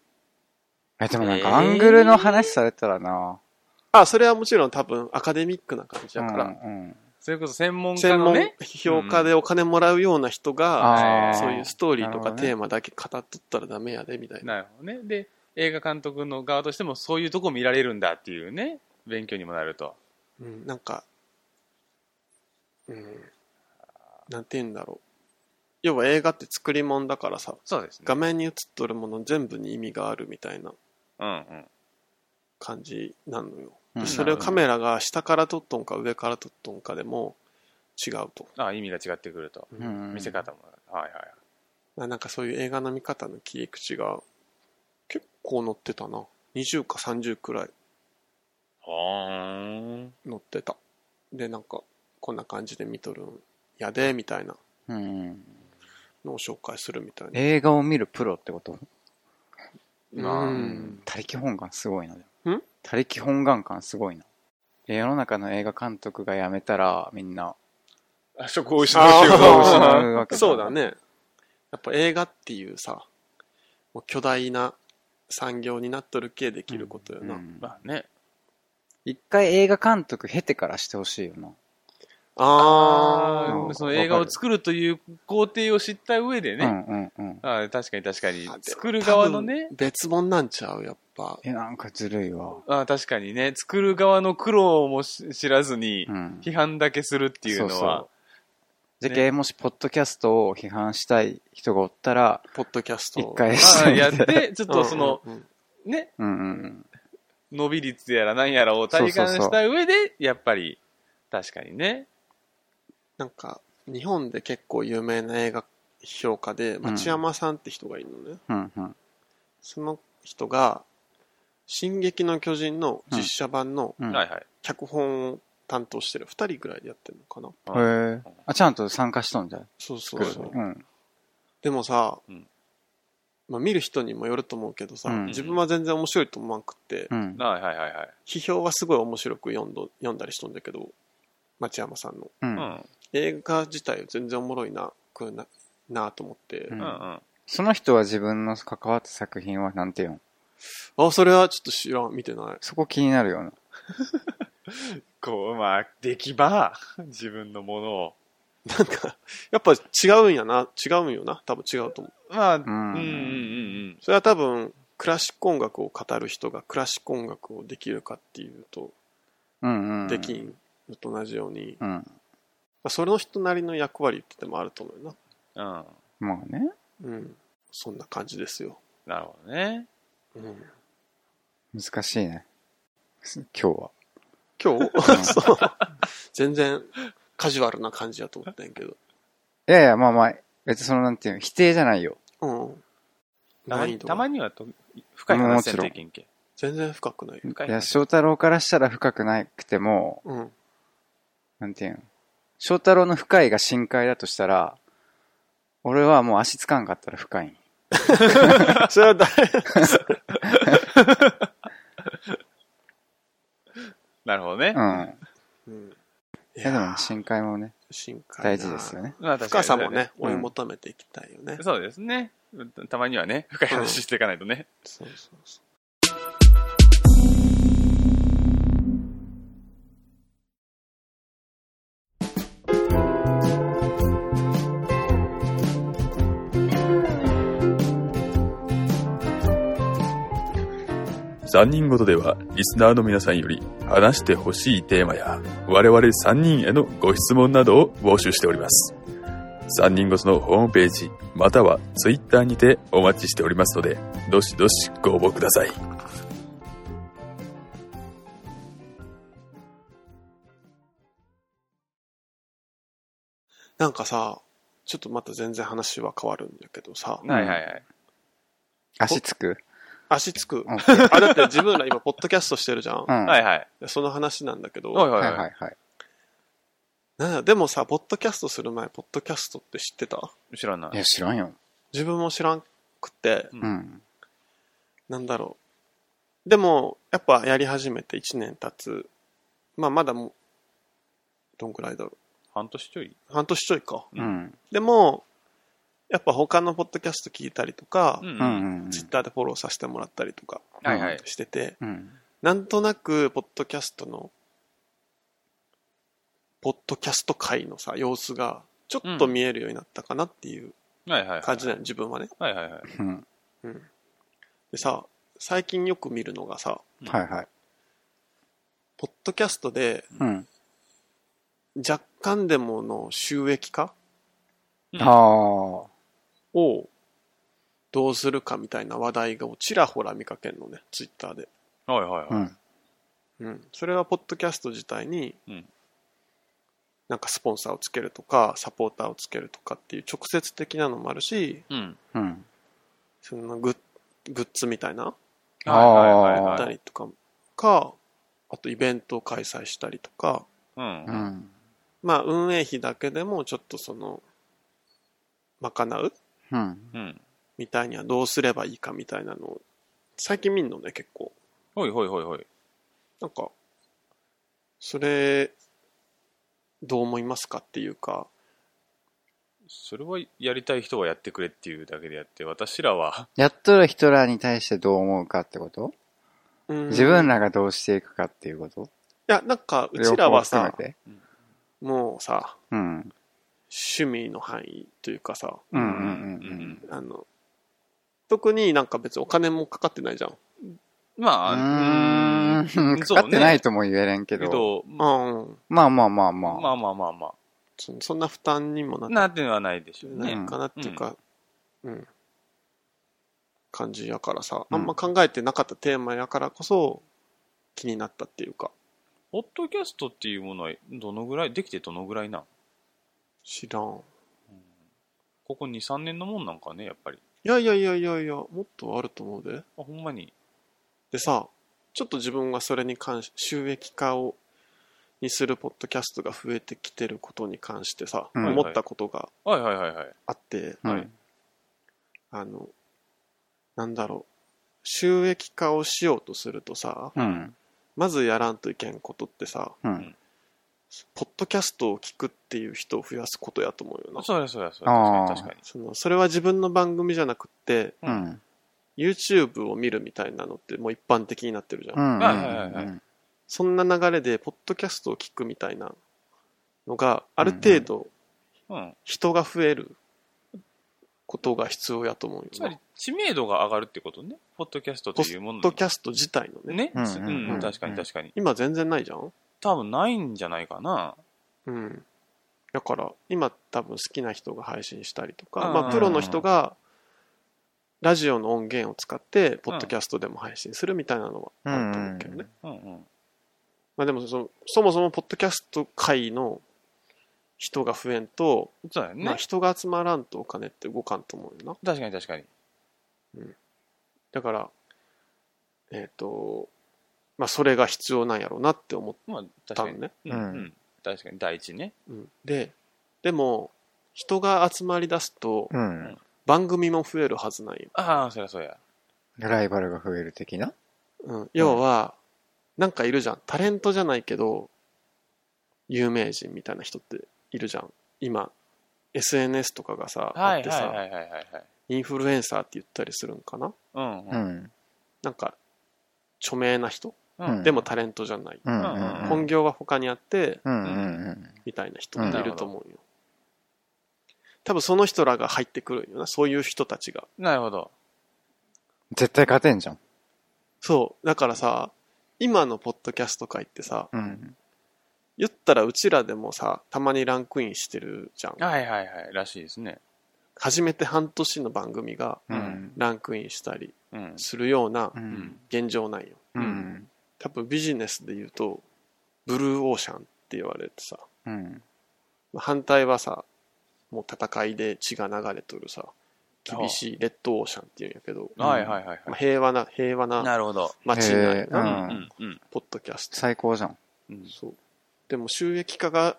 Speaker 2: え、でもなん
Speaker 1: えー
Speaker 2: かアングルの話されたらな。
Speaker 3: あ、それはもちろん多分アカデミックな感じだから、
Speaker 2: うんうん。
Speaker 1: それこそ専門家
Speaker 3: 専
Speaker 1: の
Speaker 3: 門
Speaker 1: ね
Speaker 3: 評価でお金もらうような人
Speaker 2: あ
Speaker 3: が、
Speaker 2: あ。
Speaker 3: そういうストーリーと
Speaker 2: なる
Speaker 3: か
Speaker 2: ほどね
Speaker 3: テーマだけ語っとったらダメやで、みたいな。
Speaker 1: なるほどね。で、映画監督の側としてもそういうとこ見られるんだっていうね、勉強にもなると。
Speaker 3: うん、なんか、うん、なんて言うんだろう。要は映画って作り物だからさ、
Speaker 1: そうですね。
Speaker 3: 画面に映っとるもの全部に意味があるみたいな
Speaker 1: うんうん。
Speaker 3: 感じなのよ。
Speaker 2: うん
Speaker 3: それをカメラが下から撮っとんか上から撮っとんかでも違うと。
Speaker 1: ああ意味が違ってくると。
Speaker 2: う
Speaker 3: う
Speaker 2: んうん
Speaker 1: 見せ方も。はいはいはい。
Speaker 3: まあなんかそういう映画の見方の切り口が結構載ってたな。20か30くらい。
Speaker 1: は
Speaker 3: 乗ってたでなんかこんな感じで見とるんやでみたいな
Speaker 2: うん。
Speaker 3: のを紹介するみたいな
Speaker 2: 映画を見るプロってこと
Speaker 3: う
Speaker 1: まあうん
Speaker 2: 他力本願すごいな。
Speaker 3: ん
Speaker 2: 他力本願感すごいな。世の中の映画監督が辞めたら、みん な、
Speaker 1: あ、職を失
Speaker 3: あー
Speaker 1: う、職を失
Speaker 2: 失
Speaker 1: う。
Speaker 2: うわけ
Speaker 3: そうだ。ねやっぱ映画っていうさもう巨大な産業になっとる系できることよ
Speaker 2: う
Speaker 3: な、
Speaker 2: ん
Speaker 1: まあね。
Speaker 2: 一回映画監督経てからしてほしいよな。
Speaker 3: あ
Speaker 2: ー
Speaker 3: ー
Speaker 1: あーその映画を作るという工程を知った上で
Speaker 2: う
Speaker 1: ね。
Speaker 2: んうんうん。
Speaker 1: あー確かに確かに
Speaker 3: あでも。
Speaker 1: 作る側のね
Speaker 3: 多。分別物なんちゃうやっぱ
Speaker 2: え、なんかずるいわ。
Speaker 1: あー確かにね。作る側の苦労もし知らずに
Speaker 2: う、ん。
Speaker 1: 批判だけするっていうのは。
Speaker 2: じゃけ、もし、ポッドキャストを批判したい人がおったら、
Speaker 3: ポッドキャスト
Speaker 2: 一回し
Speaker 1: あ
Speaker 2: て
Speaker 1: ー
Speaker 2: み。
Speaker 1: やってて、ちょっとその、
Speaker 3: うんうんうん
Speaker 1: ね、
Speaker 2: うんうん
Speaker 1: 伸び率やら何やらを体感した上で、やっぱり、確かにね。
Speaker 3: なんか日本で結構有名な映画評価で町山さんって人がいるのね、
Speaker 2: うん。うんうん。
Speaker 3: その人が、進撃の巨人の実写版の
Speaker 2: うん。
Speaker 1: は
Speaker 2: へ
Speaker 1: いはい。
Speaker 3: 脚本を担当してる2人ぐらいでやってるのかな。
Speaker 2: え。あ、ちゃんと参加しとんじゃん。
Speaker 3: そうそ
Speaker 2: 作
Speaker 3: う
Speaker 2: る
Speaker 3: そう
Speaker 2: の。。うん。
Speaker 3: でもさ、
Speaker 1: うん
Speaker 3: まあ見る人にもよると思うけどさ、
Speaker 2: うん
Speaker 3: 自分は全然面白いと思わんくって、
Speaker 2: うん。
Speaker 1: はいはいはいはい。
Speaker 3: 批評はすごい面白く読んど読んだりしとんだけど、町山さんの。
Speaker 2: う。
Speaker 1: うんん。
Speaker 3: 映画自体は全然おもろいな、くな、なと思って。
Speaker 2: う
Speaker 1: うんんうん。
Speaker 2: その人は自分の関わった作品はなんて言うん
Speaker 3: あ、それはちょっと知らん、見てない。
Speaker 2: そこ気になるよな。
Speaker 1: こう、まあ、できば、自分のものを。
Speaker 3: なんか、やっぱ違うんやな、違うんよな、多分違うと思う。
Speaker 1: まあ、うん
Speaker 2: ん
Speaker 1: うんうんうん。
Speaker 3: それは多分、クラシック音楽を語る人がクラシック音楽をできるかっていうと、
Speaker 2: うんうん。
Speaker 3: できんのと同じように、ま
Speaker 2: うん。
Speaker 3: あ、それの人なりの役割ってでもあると思うよ
Speaker 1: うん。
Speaker 2: まあね。
Speaker 3: な。うん。そんな感じですよ。
Speaker 1: なるほどね。
Speaker 3: うん。
Speaker 2: 難しいね。す今日は。
Speaker 3: 今日、
Speaker 2: ん
Speaker 3: そう。全然カジュアルな感じやと思ったんやけど。
Speaker 2: いやいや、まあまあ、別にそのなんていうの、否定じゃないよ。
Speaker 3: うん。
Speaker 1: たま
Speaker 3: 難易
Speaker 1: に
Speaker 3: 度
Speaker 1: た
Speaker 3: が
Speaker 1: まにはと深い話せんといけんけ。
Speaker 3: 全然深くないよ。
Speaker 1: 深い
Speaker 2: いや、
Speaker 1: 話。
Speaker 2: 翔太郎からしたら深くなくても、
Speaker 3: うん。
Speaker 2: なんていうの、翔太郎の深いが深海だとしたら、俺はもう足つかんかったら深い。
Speaker 3: それは誰
Speaker 1: なるほどね
Speaker 2: う。ん。
Speaker 3: うん。い
Speaker 2: いやでも、深海もね、
Speaker 3: 深海な
Speaker 2: 大事ですよね。
Speaker 1: まあ確か
Speaker 3: 深
Speaker 1: に
Speaker 3: さもね、
Speaker 2: うん
Speaker 3: 追い求めていきたいよね。
Speaker 1: そうですね。たまにはね、深い話していかないとね。
Speaker 3: そうそうそう。
Speaker 4: 3人ごとではリスナーの皆さんより話してほしいテーマや我々3人へのご質問などを募集しております3人ごとのホームページまたはツイッターにてお待ちしておりますのでどしどしご応募ください
Speaker 3: なんかさ、ちょっとまた全然話は変わるんだけどさ、
Speaker 2: ん
Speaker 1: はいはいはい。
Speaker 2: 足つく
Speaker 3: 足つく
Speaker 2: う。ん
Speaker 3: あ、だって自分ら今、ポッドキャストしてるじゃ
Speaker 2: う
Speaker 3: ん。
Speaker 2: ん。は
Speaker 1: はいいはい。
Speaker 3: その話なんだけど、
Speaker 1: はい
Speaker 2: は
Speaker 1: はいいは。
Speaker 2: はいい。
Speaker 3: なんだでもさ、ポッドキャストする前、ポッドキャストって知ってた
Speaker 1: 知らないい。
Speaker 2: や、知らんよ。
Speaker 3: 自分も知らんくて、
Speaker 1: う
Speaker 2: うん。
Speaker 3: なんだろう。でも、やっぱやり始めて1年経つ。まあ、まだもう、どんくらいだろ。
Speaker 1: 半年ちょいう
Speaker 3: 半年ちょいか。
Speaker 1: う
Speaker 2: うん。
Speaker 3: でも、やっぱ他のポッドキャスト聞いたりとか、
Speaker 1: うん
Speaker 2: う
Speaker 1: うんん。
Speaker 2: うん
Speaker 3: ツイッターでフォローさせてもらったりとか
Speaker 1: はいはい。
Speaker 3: してて、
Speaker 2: うん。
Speaker 3: なんとなく、ポッドキャストの、ポッドキャスト界のさ、様子が、ちょっと見えるようになったかなっていう
Speaker 1: はいはい。
Speaker 3: 感じだよ、自分はね。
Speaker 1: はいはいはい。
Speaker 2: うん。
Speaker 3: うん。でさ、最近よく見るのがさ、
Speaker 2: はいはい。
Speaker 3: ポッドキャストで
Speaker 2: うん。
Speaker 3: 若干でもの収益化
Speaker 1: うん
Speaker 2: ああ。
Speaker 3: をどうするかみたいな話題をちらほら見かけるのね、ツイッターで。
Speaker 1: はいはいうはい。
Speaker 2: ん。
Speaker 3: うん。それはポッドキャスト自体に
Speaker 1: うん、
Speaker 3: なんかスポンサーをつけるとか、サポーターをつけるとかっていう直接的なのもあるし、
Speaker 1: うん。
Speaker 2: うん。
Speaker 3: そのグッグッズみたいな、
Speaker 1: はいはい
Speaker 2: あ
Speaker 1: は
Speaker 3: 売っ
Speaker 1: い
Speaker 3: た
Speaker 1: はい。
Speaker 3: りとか、か、あとイベントを開催したりとか、
Speaker 1: う。
Speaker 2: うんん。
Speaker 3: まあ運営費だけでもちょっとその、賄う
Speaker 2: うん。
Speaker 1: うん。
Speaker 3: みたいにはどうすればいいかみたいなのを、最近見んのね、結構。
Speaker 1: ほいほいほいほい。
Speaker 3: なんか、それ、どう思いますかっていうか、
Speaker 1: それはやりたい人はやってくれっていうだけでやって、私らは、
Speaker 2: やっとる人らに対してどう思うかってこと
Speaker 3: うん
Speaker 2: 自分らがどうしていくかっていうこと
Speaker 3: いや、なんか、うちら
Speaker 2: 両
Speaker 3: は
Speaker 2: 方
Speaker 3: さ
Speaker 2: 含、めて
Speaker 3: もうさ、
Speaker 2: うん。
Speaker 3: 趣味の範囲というかさ、
Speaker 2: うんう
Speaker 1: う
Speaker 2: んうんうん。
Speaker 1: ん
Speaker 3: あの、特になんか別にお金もかかってないじゃん。
Speaker 1: ま
Speaker 2: う
Speaker 1: あ、う
Speaker 2: ー
Speaker 1: ー
Speaker 2: ん、
Speaker 1: ん
Speaker 2: かかって
Speaker 1: そう
Speaker 2: ない
Speaker 1: ね
Speaker 2: とも言えれんけ
Speaker 1: けど、
Speaker 2: ど、
Speaker 3: うん。
Speaker 2: まあまあまあまあ。
Speaker 1: まあまあまあま
Speaker 3: そそんな負担にもな
Speaker 1: あ、
Speaker 3: っ
Speaker 1: なんていうのはないでしてょう
Speaker 3: ない
Speaker 1: ね。
Speaker 3: かなっていうか、うん。感じやからさ、
Speaker 2: うん
Speaker 3: あんま考えてなかったテーマやからこそ、気になったっていうか、
Speaker 1: ポッドキャストっていうものは、どのぐらい、できてどのぐらいなん
Speaker 3: 知らん。
Speaker 1: ここ2、3年のもんなんかね、やっぱり。
Speaker 3: いやいやいやいやいや、もっとあると思うで。
Speaker 1: あ、ほんまに。
Speaker 3: でさ、ちょっと自分がそれに関し、収益化を、にするポッドキャストが増えてきてることに関してさ、
Speaker 2: うん
Speaker 3: 思ったことが
Speaker 1: はいはいはいはい。
Speaker 3: あって、
Speaker 2: うん
Speaker 1: はい
Speaker 3: あの、なんだろう、収益化をしようとするとさ、
Speaker 2: うん。
Speaker 3: まずやらんといけんことってさ、
Speaker 2: うん。
Speaker 3: ポッドキャストを聞くっていう人を増やすことやと思うよな。
Speaker 1: そうやそうやそう
Speaker 2: あ
Speaker 1: や。
Speaker 2: ー
Speaker 1: 確かに確かに。
Speaker 3: その、それは自分の番組じゃなくって、
Speaker 2: うん。うん。
Speaker 3: YouTube を見るみたいなのってもう一般的になってるじゃん。
Speaker 2: うん。
Speaker 1: はいはいはい
Speaker 2: うん
Speaker 3: そんな流れで、ポッドキャストを聞くみたいなのが、ある程度
Speaker 1: うん。
Speaker 3: 人が増えることが必要やと思うよ
Speaker 1: つ
Speaker 3: な
Speaker 1: まり知名度が上がるってことね。ポッドキャストというもの
Speaker 3: ポッ
Speaker 1: の
Speaker 3: ドキャスト自体の
Speaker 1: ね、
Speaker 3: ね。
Speaker 2: うん
Speaker 1: うん
Speaker 2: うん
Speaker 1: うん確かに確かに。
Speaker 3: 今全然ないじゃん
Speaker 1: 多分ないんじゃないかな。
Speaker 3: うん。だから、今多分好きな人が配信したりとか、
Speaker 1: うん
Speaker 3: まあ、プロの人が、ラジオの音源を使って、ポッドキャストでも配信するみたいなのはあると思うけどね。
Speaker 2: うん
Speaker 1: うんうん。
Speaker 3: まあでもその、そもそもポッドキャスト界の人が増えんと、
Speaker 1: そうだよね。
Speaker 3: まあ人が集まらんとお金って動かんと思うよな。
Speaker 1: 確かに確かに。
Speaker 3: だから、えっ、と、まあそれが必要なんやろうなって思っ
Speaker 1: まあ、確
Speaker 3: た
Speaker 1: か
Speaker 3: の
Speaker 1: に。
Speaker 3: ね。
Speaker 1: うん、う。
Speaker 2: うん
Speaker 1: 確かに、第一ね。
Speaker 3: うんで、でも、人が集まり出すと、
Speaker 2: うん。
Speaker 3: 番組も増えるはずなんよ。
Speaker 1: ああ、そりゃそうや。
Speaker 2: ライバルが増える的な
Speaker 3: うん、要は、なんかいるじゃん。タレントじゃないけど、有名人みたいな人っているじゃん。今、SNS とかがさ、
Speaker 1: は
Speaker 3: あっ
Speaker 1: い
Speaker 3: て
Speaker 1: は
Speaker 3: さ、
Speaker 1: いはいはいはいはい。
Speaker 3: インフルエンサーって言ったりするんかな
Speaker 1: うん
Speaker 2: う。ん。
Speaker 3: なんか、著名な人、
Speaker 1: うん
Speaker 2: うん
Speaker 3: でもタレントじゃない。
Speaker 2: うんうん
Speaker 1: うん
Speaker 2: うん
Speaker 3: 本業が他にあって、
Speaker 2: うんうん
Speaker 3: みたいな人っていると思うよ。多分その人らが入ってくるんよな。そういう人たちが。
Speaker 1: なるほど。
Speaker 2: 絶対勝てんじゃん。
Speaker 3: そう。だからさ、今のポッドキャスト界ってさ、
Speaker 2: うん。
Speaker 3: 言ったらうちらでもさ、たまにランクインしてるじゃん。
Speaker 1: はいはいはい。らしいですね。
Speaker 3: 初めて半年の番組が
Speaker 2: うん。
Speaker 3: ランクインしたり
Speaker 1: うん。
Speaker 3: するような
Speaker 2: うん。
Speaker 3: 現状なんよ。
Speaker 2: うん。
Speaker 3: 多分ビジネスで言うと、ブルーオーシャンって言われてさ、
Speaker 2: うん。
Speaker 3: まあ反対はさ、もう戦いで血が流れとるさ、厳しいレッドオーシャンって言うんやけど、
Speaker 1: はいはいはい
Speaker 3: まあ
Speaker 1: は
Speaker 3: 平和な、平和
Speaker 1: い。
Speaker 3: な
Speaker 1: なるほど。
Speaker 3: 街なんや
Speaker 1: う
Speaker 2: へーう
Speaker 1: ん
Speaker 3: な、
Speaker 1: んうん
Speaker 3: ポッドキャスト。
Speaker 2: 最高じゃん。
Speaker 1: うん。
Speaker 3: そう。でも収益化が、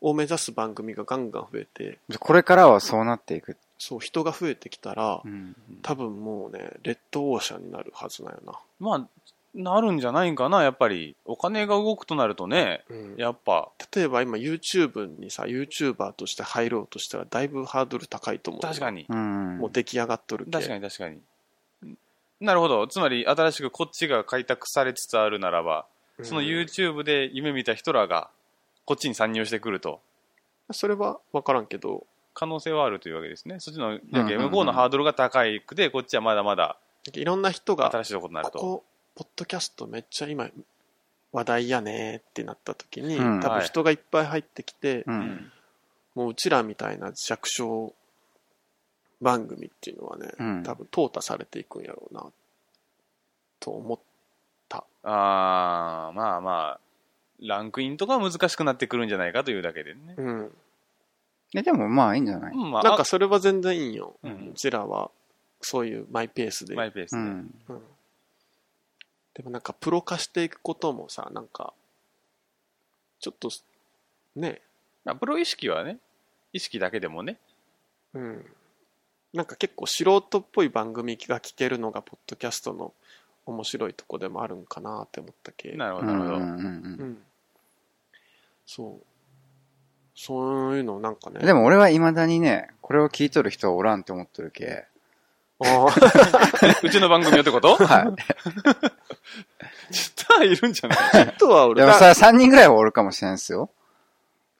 Speaker 3: を目指す番組がガンガン増えて、
Speaker 2: じゃこれからはそうなっていく。
Speaker 3: そう、人が増えてきたら、
Speaker 2: うん。
Speaker 3: 多分もうね、レッドオーシャンになるはずなんよな。
Speaker 1: まあ、なるんじゃないんかな、やっぱり。お金が動くとなるとね、
Speaker 3: うん
Speaker 1: やっぱ、
Speaker 3: 例えば今 YouTube にさ、YouTuber として入ろうとしたらだいぶハードル高いと思う。
Speaker 1: 確か。に。
Speaker 2: うん。
Speaker 3: もう出来上がっとるけ
Speaker 1: 確かに確かに。なるほど。つまり、新しくこっちが開拓されつつあるならば、
Speaker 3: うん
Speaker 1: その YouTube で夢見た人らが、こっちに参入してくると、
Speaker 3: それは分からんけど、
Speaker 1: 可能性はあるというわけですね。そっちの、
Speaker 2: うんうん
Speaker 1: 向こうのハードルが高いくで、こっちはまだまだ
Speaker 3: いろんな人が、
Speaker 1: 新しいことになる。
Speaker 3: ことこ、ポッドキャストめっちゃ今、話題やねーってなった時に、
Speaker 2: うん
Speaker 3: 多分人がいっぱい入ってきて、
Speaker 2: うん。
Speaker 3: もううちらみたいな弱小番組っていうのはね、
Speaker 2: うん
Speaker 3: 多分淘汰されていくんやろうな、と思っ
Speaker 1: あー、まあまあ、ランクインとかは難しくなってくるんじゃないかというだけでね
Speaker 3: て。。うん。
Speaker 2: え、でもまあいいんじゃない
Speaker 1: うんまあ、
Speaker 3: なんかそれは全然いいんよ。
Speaker 1: う
Speaker 3: うんちらは、そういうマイペースで。
Speaker 1: マイペース
Speaker 2: う
Speaker 1: で。
Speaker 2: ん。
Speaker 3: うんでもなんかプロ化していくこともさ、なんか、ちょっと、ね、
Speaker 1: まあプロ意識はね、意識だけでもね、
Speaker 3: うん。なんか結構素人っぽい番組が聞けるのが、ポッドキャストの面白いとこでもあるんかなって思ったけ。
Speaker 1: なるほ
Speaker 2: う
Speaker 1: ど、なるほど。
Speaker 2: んう
Speaker 3: うんん。そう。そういうのなんかね。
Speaker 2: うん。でも俺は未だにね、これを聞いとる人はおらんって思っとるけ。
Speaker 3: あー
Speaker 1: うちの番組よって こと
Speaker 2: は
Speaker 1: 絶対いるんじゃない
Speaker 3: あとは俺
Speaker 2: い。でもさ、3人ぐらいはおるかもしれんっすよ。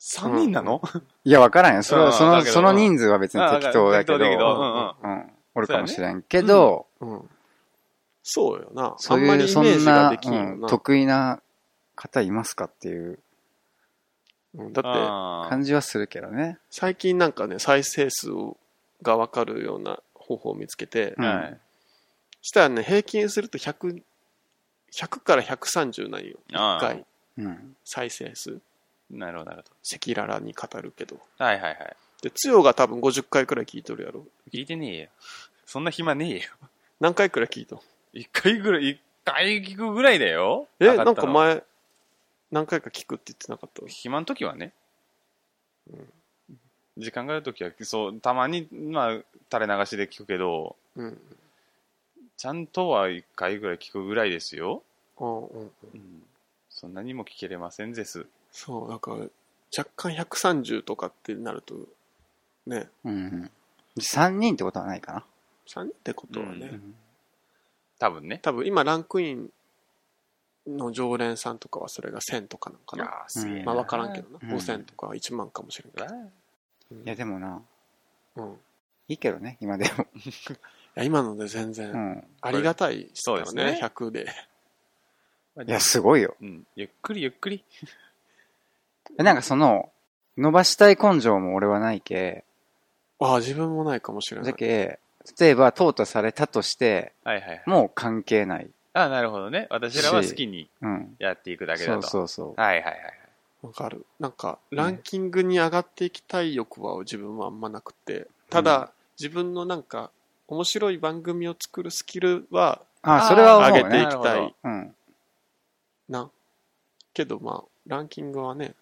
Speaker 1: ?3 人なの、
Speaker 2: いや、わからんよ。それ
Speaker 1: うん
Speaker 2: は、そ
Speaker 1: だ
Speaker 2: の、
Speaker 1: けど
Speaker 2: その人数は別に
Speaker 1: あ
Speaker 2: 適当だけ
Speaker 1: 適当だけど、
Speaker 2: ど、
Speaker 1: うんうん。
Speaker 2: うん。おるかもしれんけど、
Speaker 3: うん。そうよな。
Speaker 2: そう
Speaker 3: あんま
Speaker 2: い
Speaker 3: り
Speaker 2: う、
Speaker 3: イ
Speaker 2: そ
Speaker 3: メー
Speaker 2: ん
Speaker 3: ジが
Speaker 2: な
Speaker 3: できんよ
Speaker 2: うん
Speaker 3: な。
Speaker 2: 得意な方いますかっていう
Speaker 3: うんだって、
Speaker 1: あー
Speaker 2: 感じはするけどね。
Speaker 3: 最近なんかね、再生数がわかるような方法を見つけて、
Speaker 2: うん
Speaker 1: はい。
Speaker 3: したらね、平均すると100、100から130なんよ。
Speaker 1: あ
Speaker 3: 1
Speaker 1: ー
Speaker 3: 回
Speaker 2: うん。
Speaker 3: 再生数。
Speaker 1: なるほど、なるほ
Speaker 3: 赤裸々に語るけど。
Speaker 1: ど。はいはいはい。
Speaker 3: で、つよが多分50回くらい聞いとるやろ。
Speaker 1: 聞いてねえよ。そんな暇ねえよ。
Speaker 3: 何回くらい聞いとん
Speaker 1: 一回ぐらい、一回聞くぐらいだよ。
Speaker 3: え、
Speaker 1: 上がった
Speaker 3: な
Speaker 1: の
Speaker 3: んか。前、何回か聞くって言ってなかった
Speaker 1: 暇の時はね。時間がある時は、そう、たまに、まあ、垂れ流しで聞くけど、
Speaker 3: うん。
Speaker 1: ちゃんとは一回ぐらい聞くぐらいですよ。
Speaker 3: ああ、うん。
Speaker 1: うん。そんなにも聞けれませんです。
Speaker 3: そう、だから、若干130とかってなると、ね、
Speaker 2: うん。3人ってことはないかな。
Speaker 3: 3人ってことはね、
Speaker 1: うん多分ね。
Speaker 3: 多分今ランクインの常連さんとかはそれが1000とかなんか
Speaker 1: いや
Speaker 3: な。
Speaker 1: ーすげえな。
Speaker 3: まあ分からんけどな。
Speaker 2: うん
Speaker 3: 5000とか1万かもしれんけど。
Speaker 1: う
Speaker 2: いや、でもな、
Speaker 3: うん。
Speaker 2: いいけどね、今でも。
Speaker 3: や、今ので全然、
Speaker 2: うん。
Speaker 3: ありがたいですからね、
Speaker 1: そうですね
Speaker 3: 100で。
Speaker 2: いや、すごいよ。
Speaker 1: うん。ゆっくりゆっくり。
Speaker 2: えなんかその、伸ばしたい根性も俺はないけ、
Speaker 3: ああ、自分もないかもしれな
Speaker 2: だ
Speaker 3: い。
Speaker 2: け、例えば、淘汰されたとして、
Speaker 1: はいはいはい。
Speaker 2: もう関係ない。
Speaker 1: あなるほどね。私らは好きに
Speaker 2: うん。
Speaker 1: やっていくだけだ
Speaker 2: そ
Speaker 1: と。
Speaker 2: うそうそう。
Speaker 1: はいはいはいはい。
Speaker 3: わかる。なんか、ランキングに上がっていきたい欲は自分はあんまなくて、ただ、
Speaker 2: うん
Speaker 3: 自分のなんか、面白い番組を作るスキルは
Speaker 2: あそれは
Speaker 3: 上
Speaker 2: 思
Speaker 3: げ
Speaker 2: う
Speaker 3: てい
Speaker 2: ね。
Speaker 3: き
Speaker 1: な
Speaker 3: た
Speaker 1: るほ
Speaker 3: い
Speaker 1: ど
Speaker 2: うん。
Speaker 3: な。けどまあ、ランキングはね、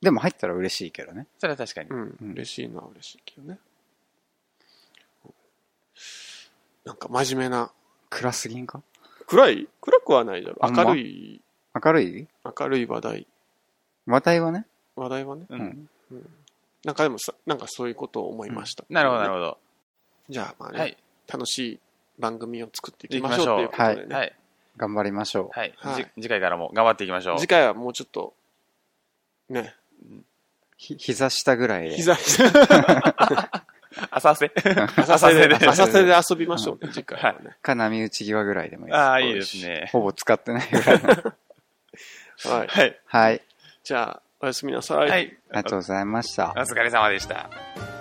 Speaker 2: でも入ったら嬉しいけどね。
Speaker 1: それは確かに。
Speaker 3: うん、
Speaker 2: うん
Speaker 3: 嬉しいのは嬉しいけどね。なんか真面目な、
Speaker 2: 暗すぎんか
Speaker 3: 暗い暗くはないだろ。
Speaker 2: あんま
Speaker 3: 明るい、
Speaker 2: 明るい
Speaker 3: 明るい話題、
Speaker 2: 話題はね。
Speaker 3: 話題はね。
Speaker 1: うん。
Speaker 2: うん
Speaker 3: なんかでもさ、なんかそういうことを思いました。
Speaker 1: なるほどなるほど。
Speaker 3: じゃあまあね、
Speaker 1: はい。
Speaker 3: 楽しい番組を作っていきましょうということでね。
Speaker 1: はい。
Speaker 2: 頑張りましょ
Speaker 1: はい。
Speaker 3: はい
Speaker 1: じ次回からも頑張っていきましょう。
Speaker 3: 次回はもうちょっと、ね、
Speaker 2: う。ひ、膝下ぐらいで。
Speaker 3: 膝、
Speaker 1: 浅瀬。
Speaker 3: 浅瀬で、
Speaker 1: 浅瀬で
Speaker 3: 浅瀬で遊びましょうね、次回はね。
Speaker 2: か波打ち際ぐらいでもいいです。
Speaker 1: ああ、いいですね。
Speaker 2: ほぼ使ってないぐら いの。
Speaker 3: はい。
Speaker 1: はい。
Speaker 2: はい。
Speaker 3: じゃあ、おやすみなさ
Speaker 1: はい。
Speaker 2: ありがとうございました。
Speaker 1: お疲れ様でした。
Speaker 3: お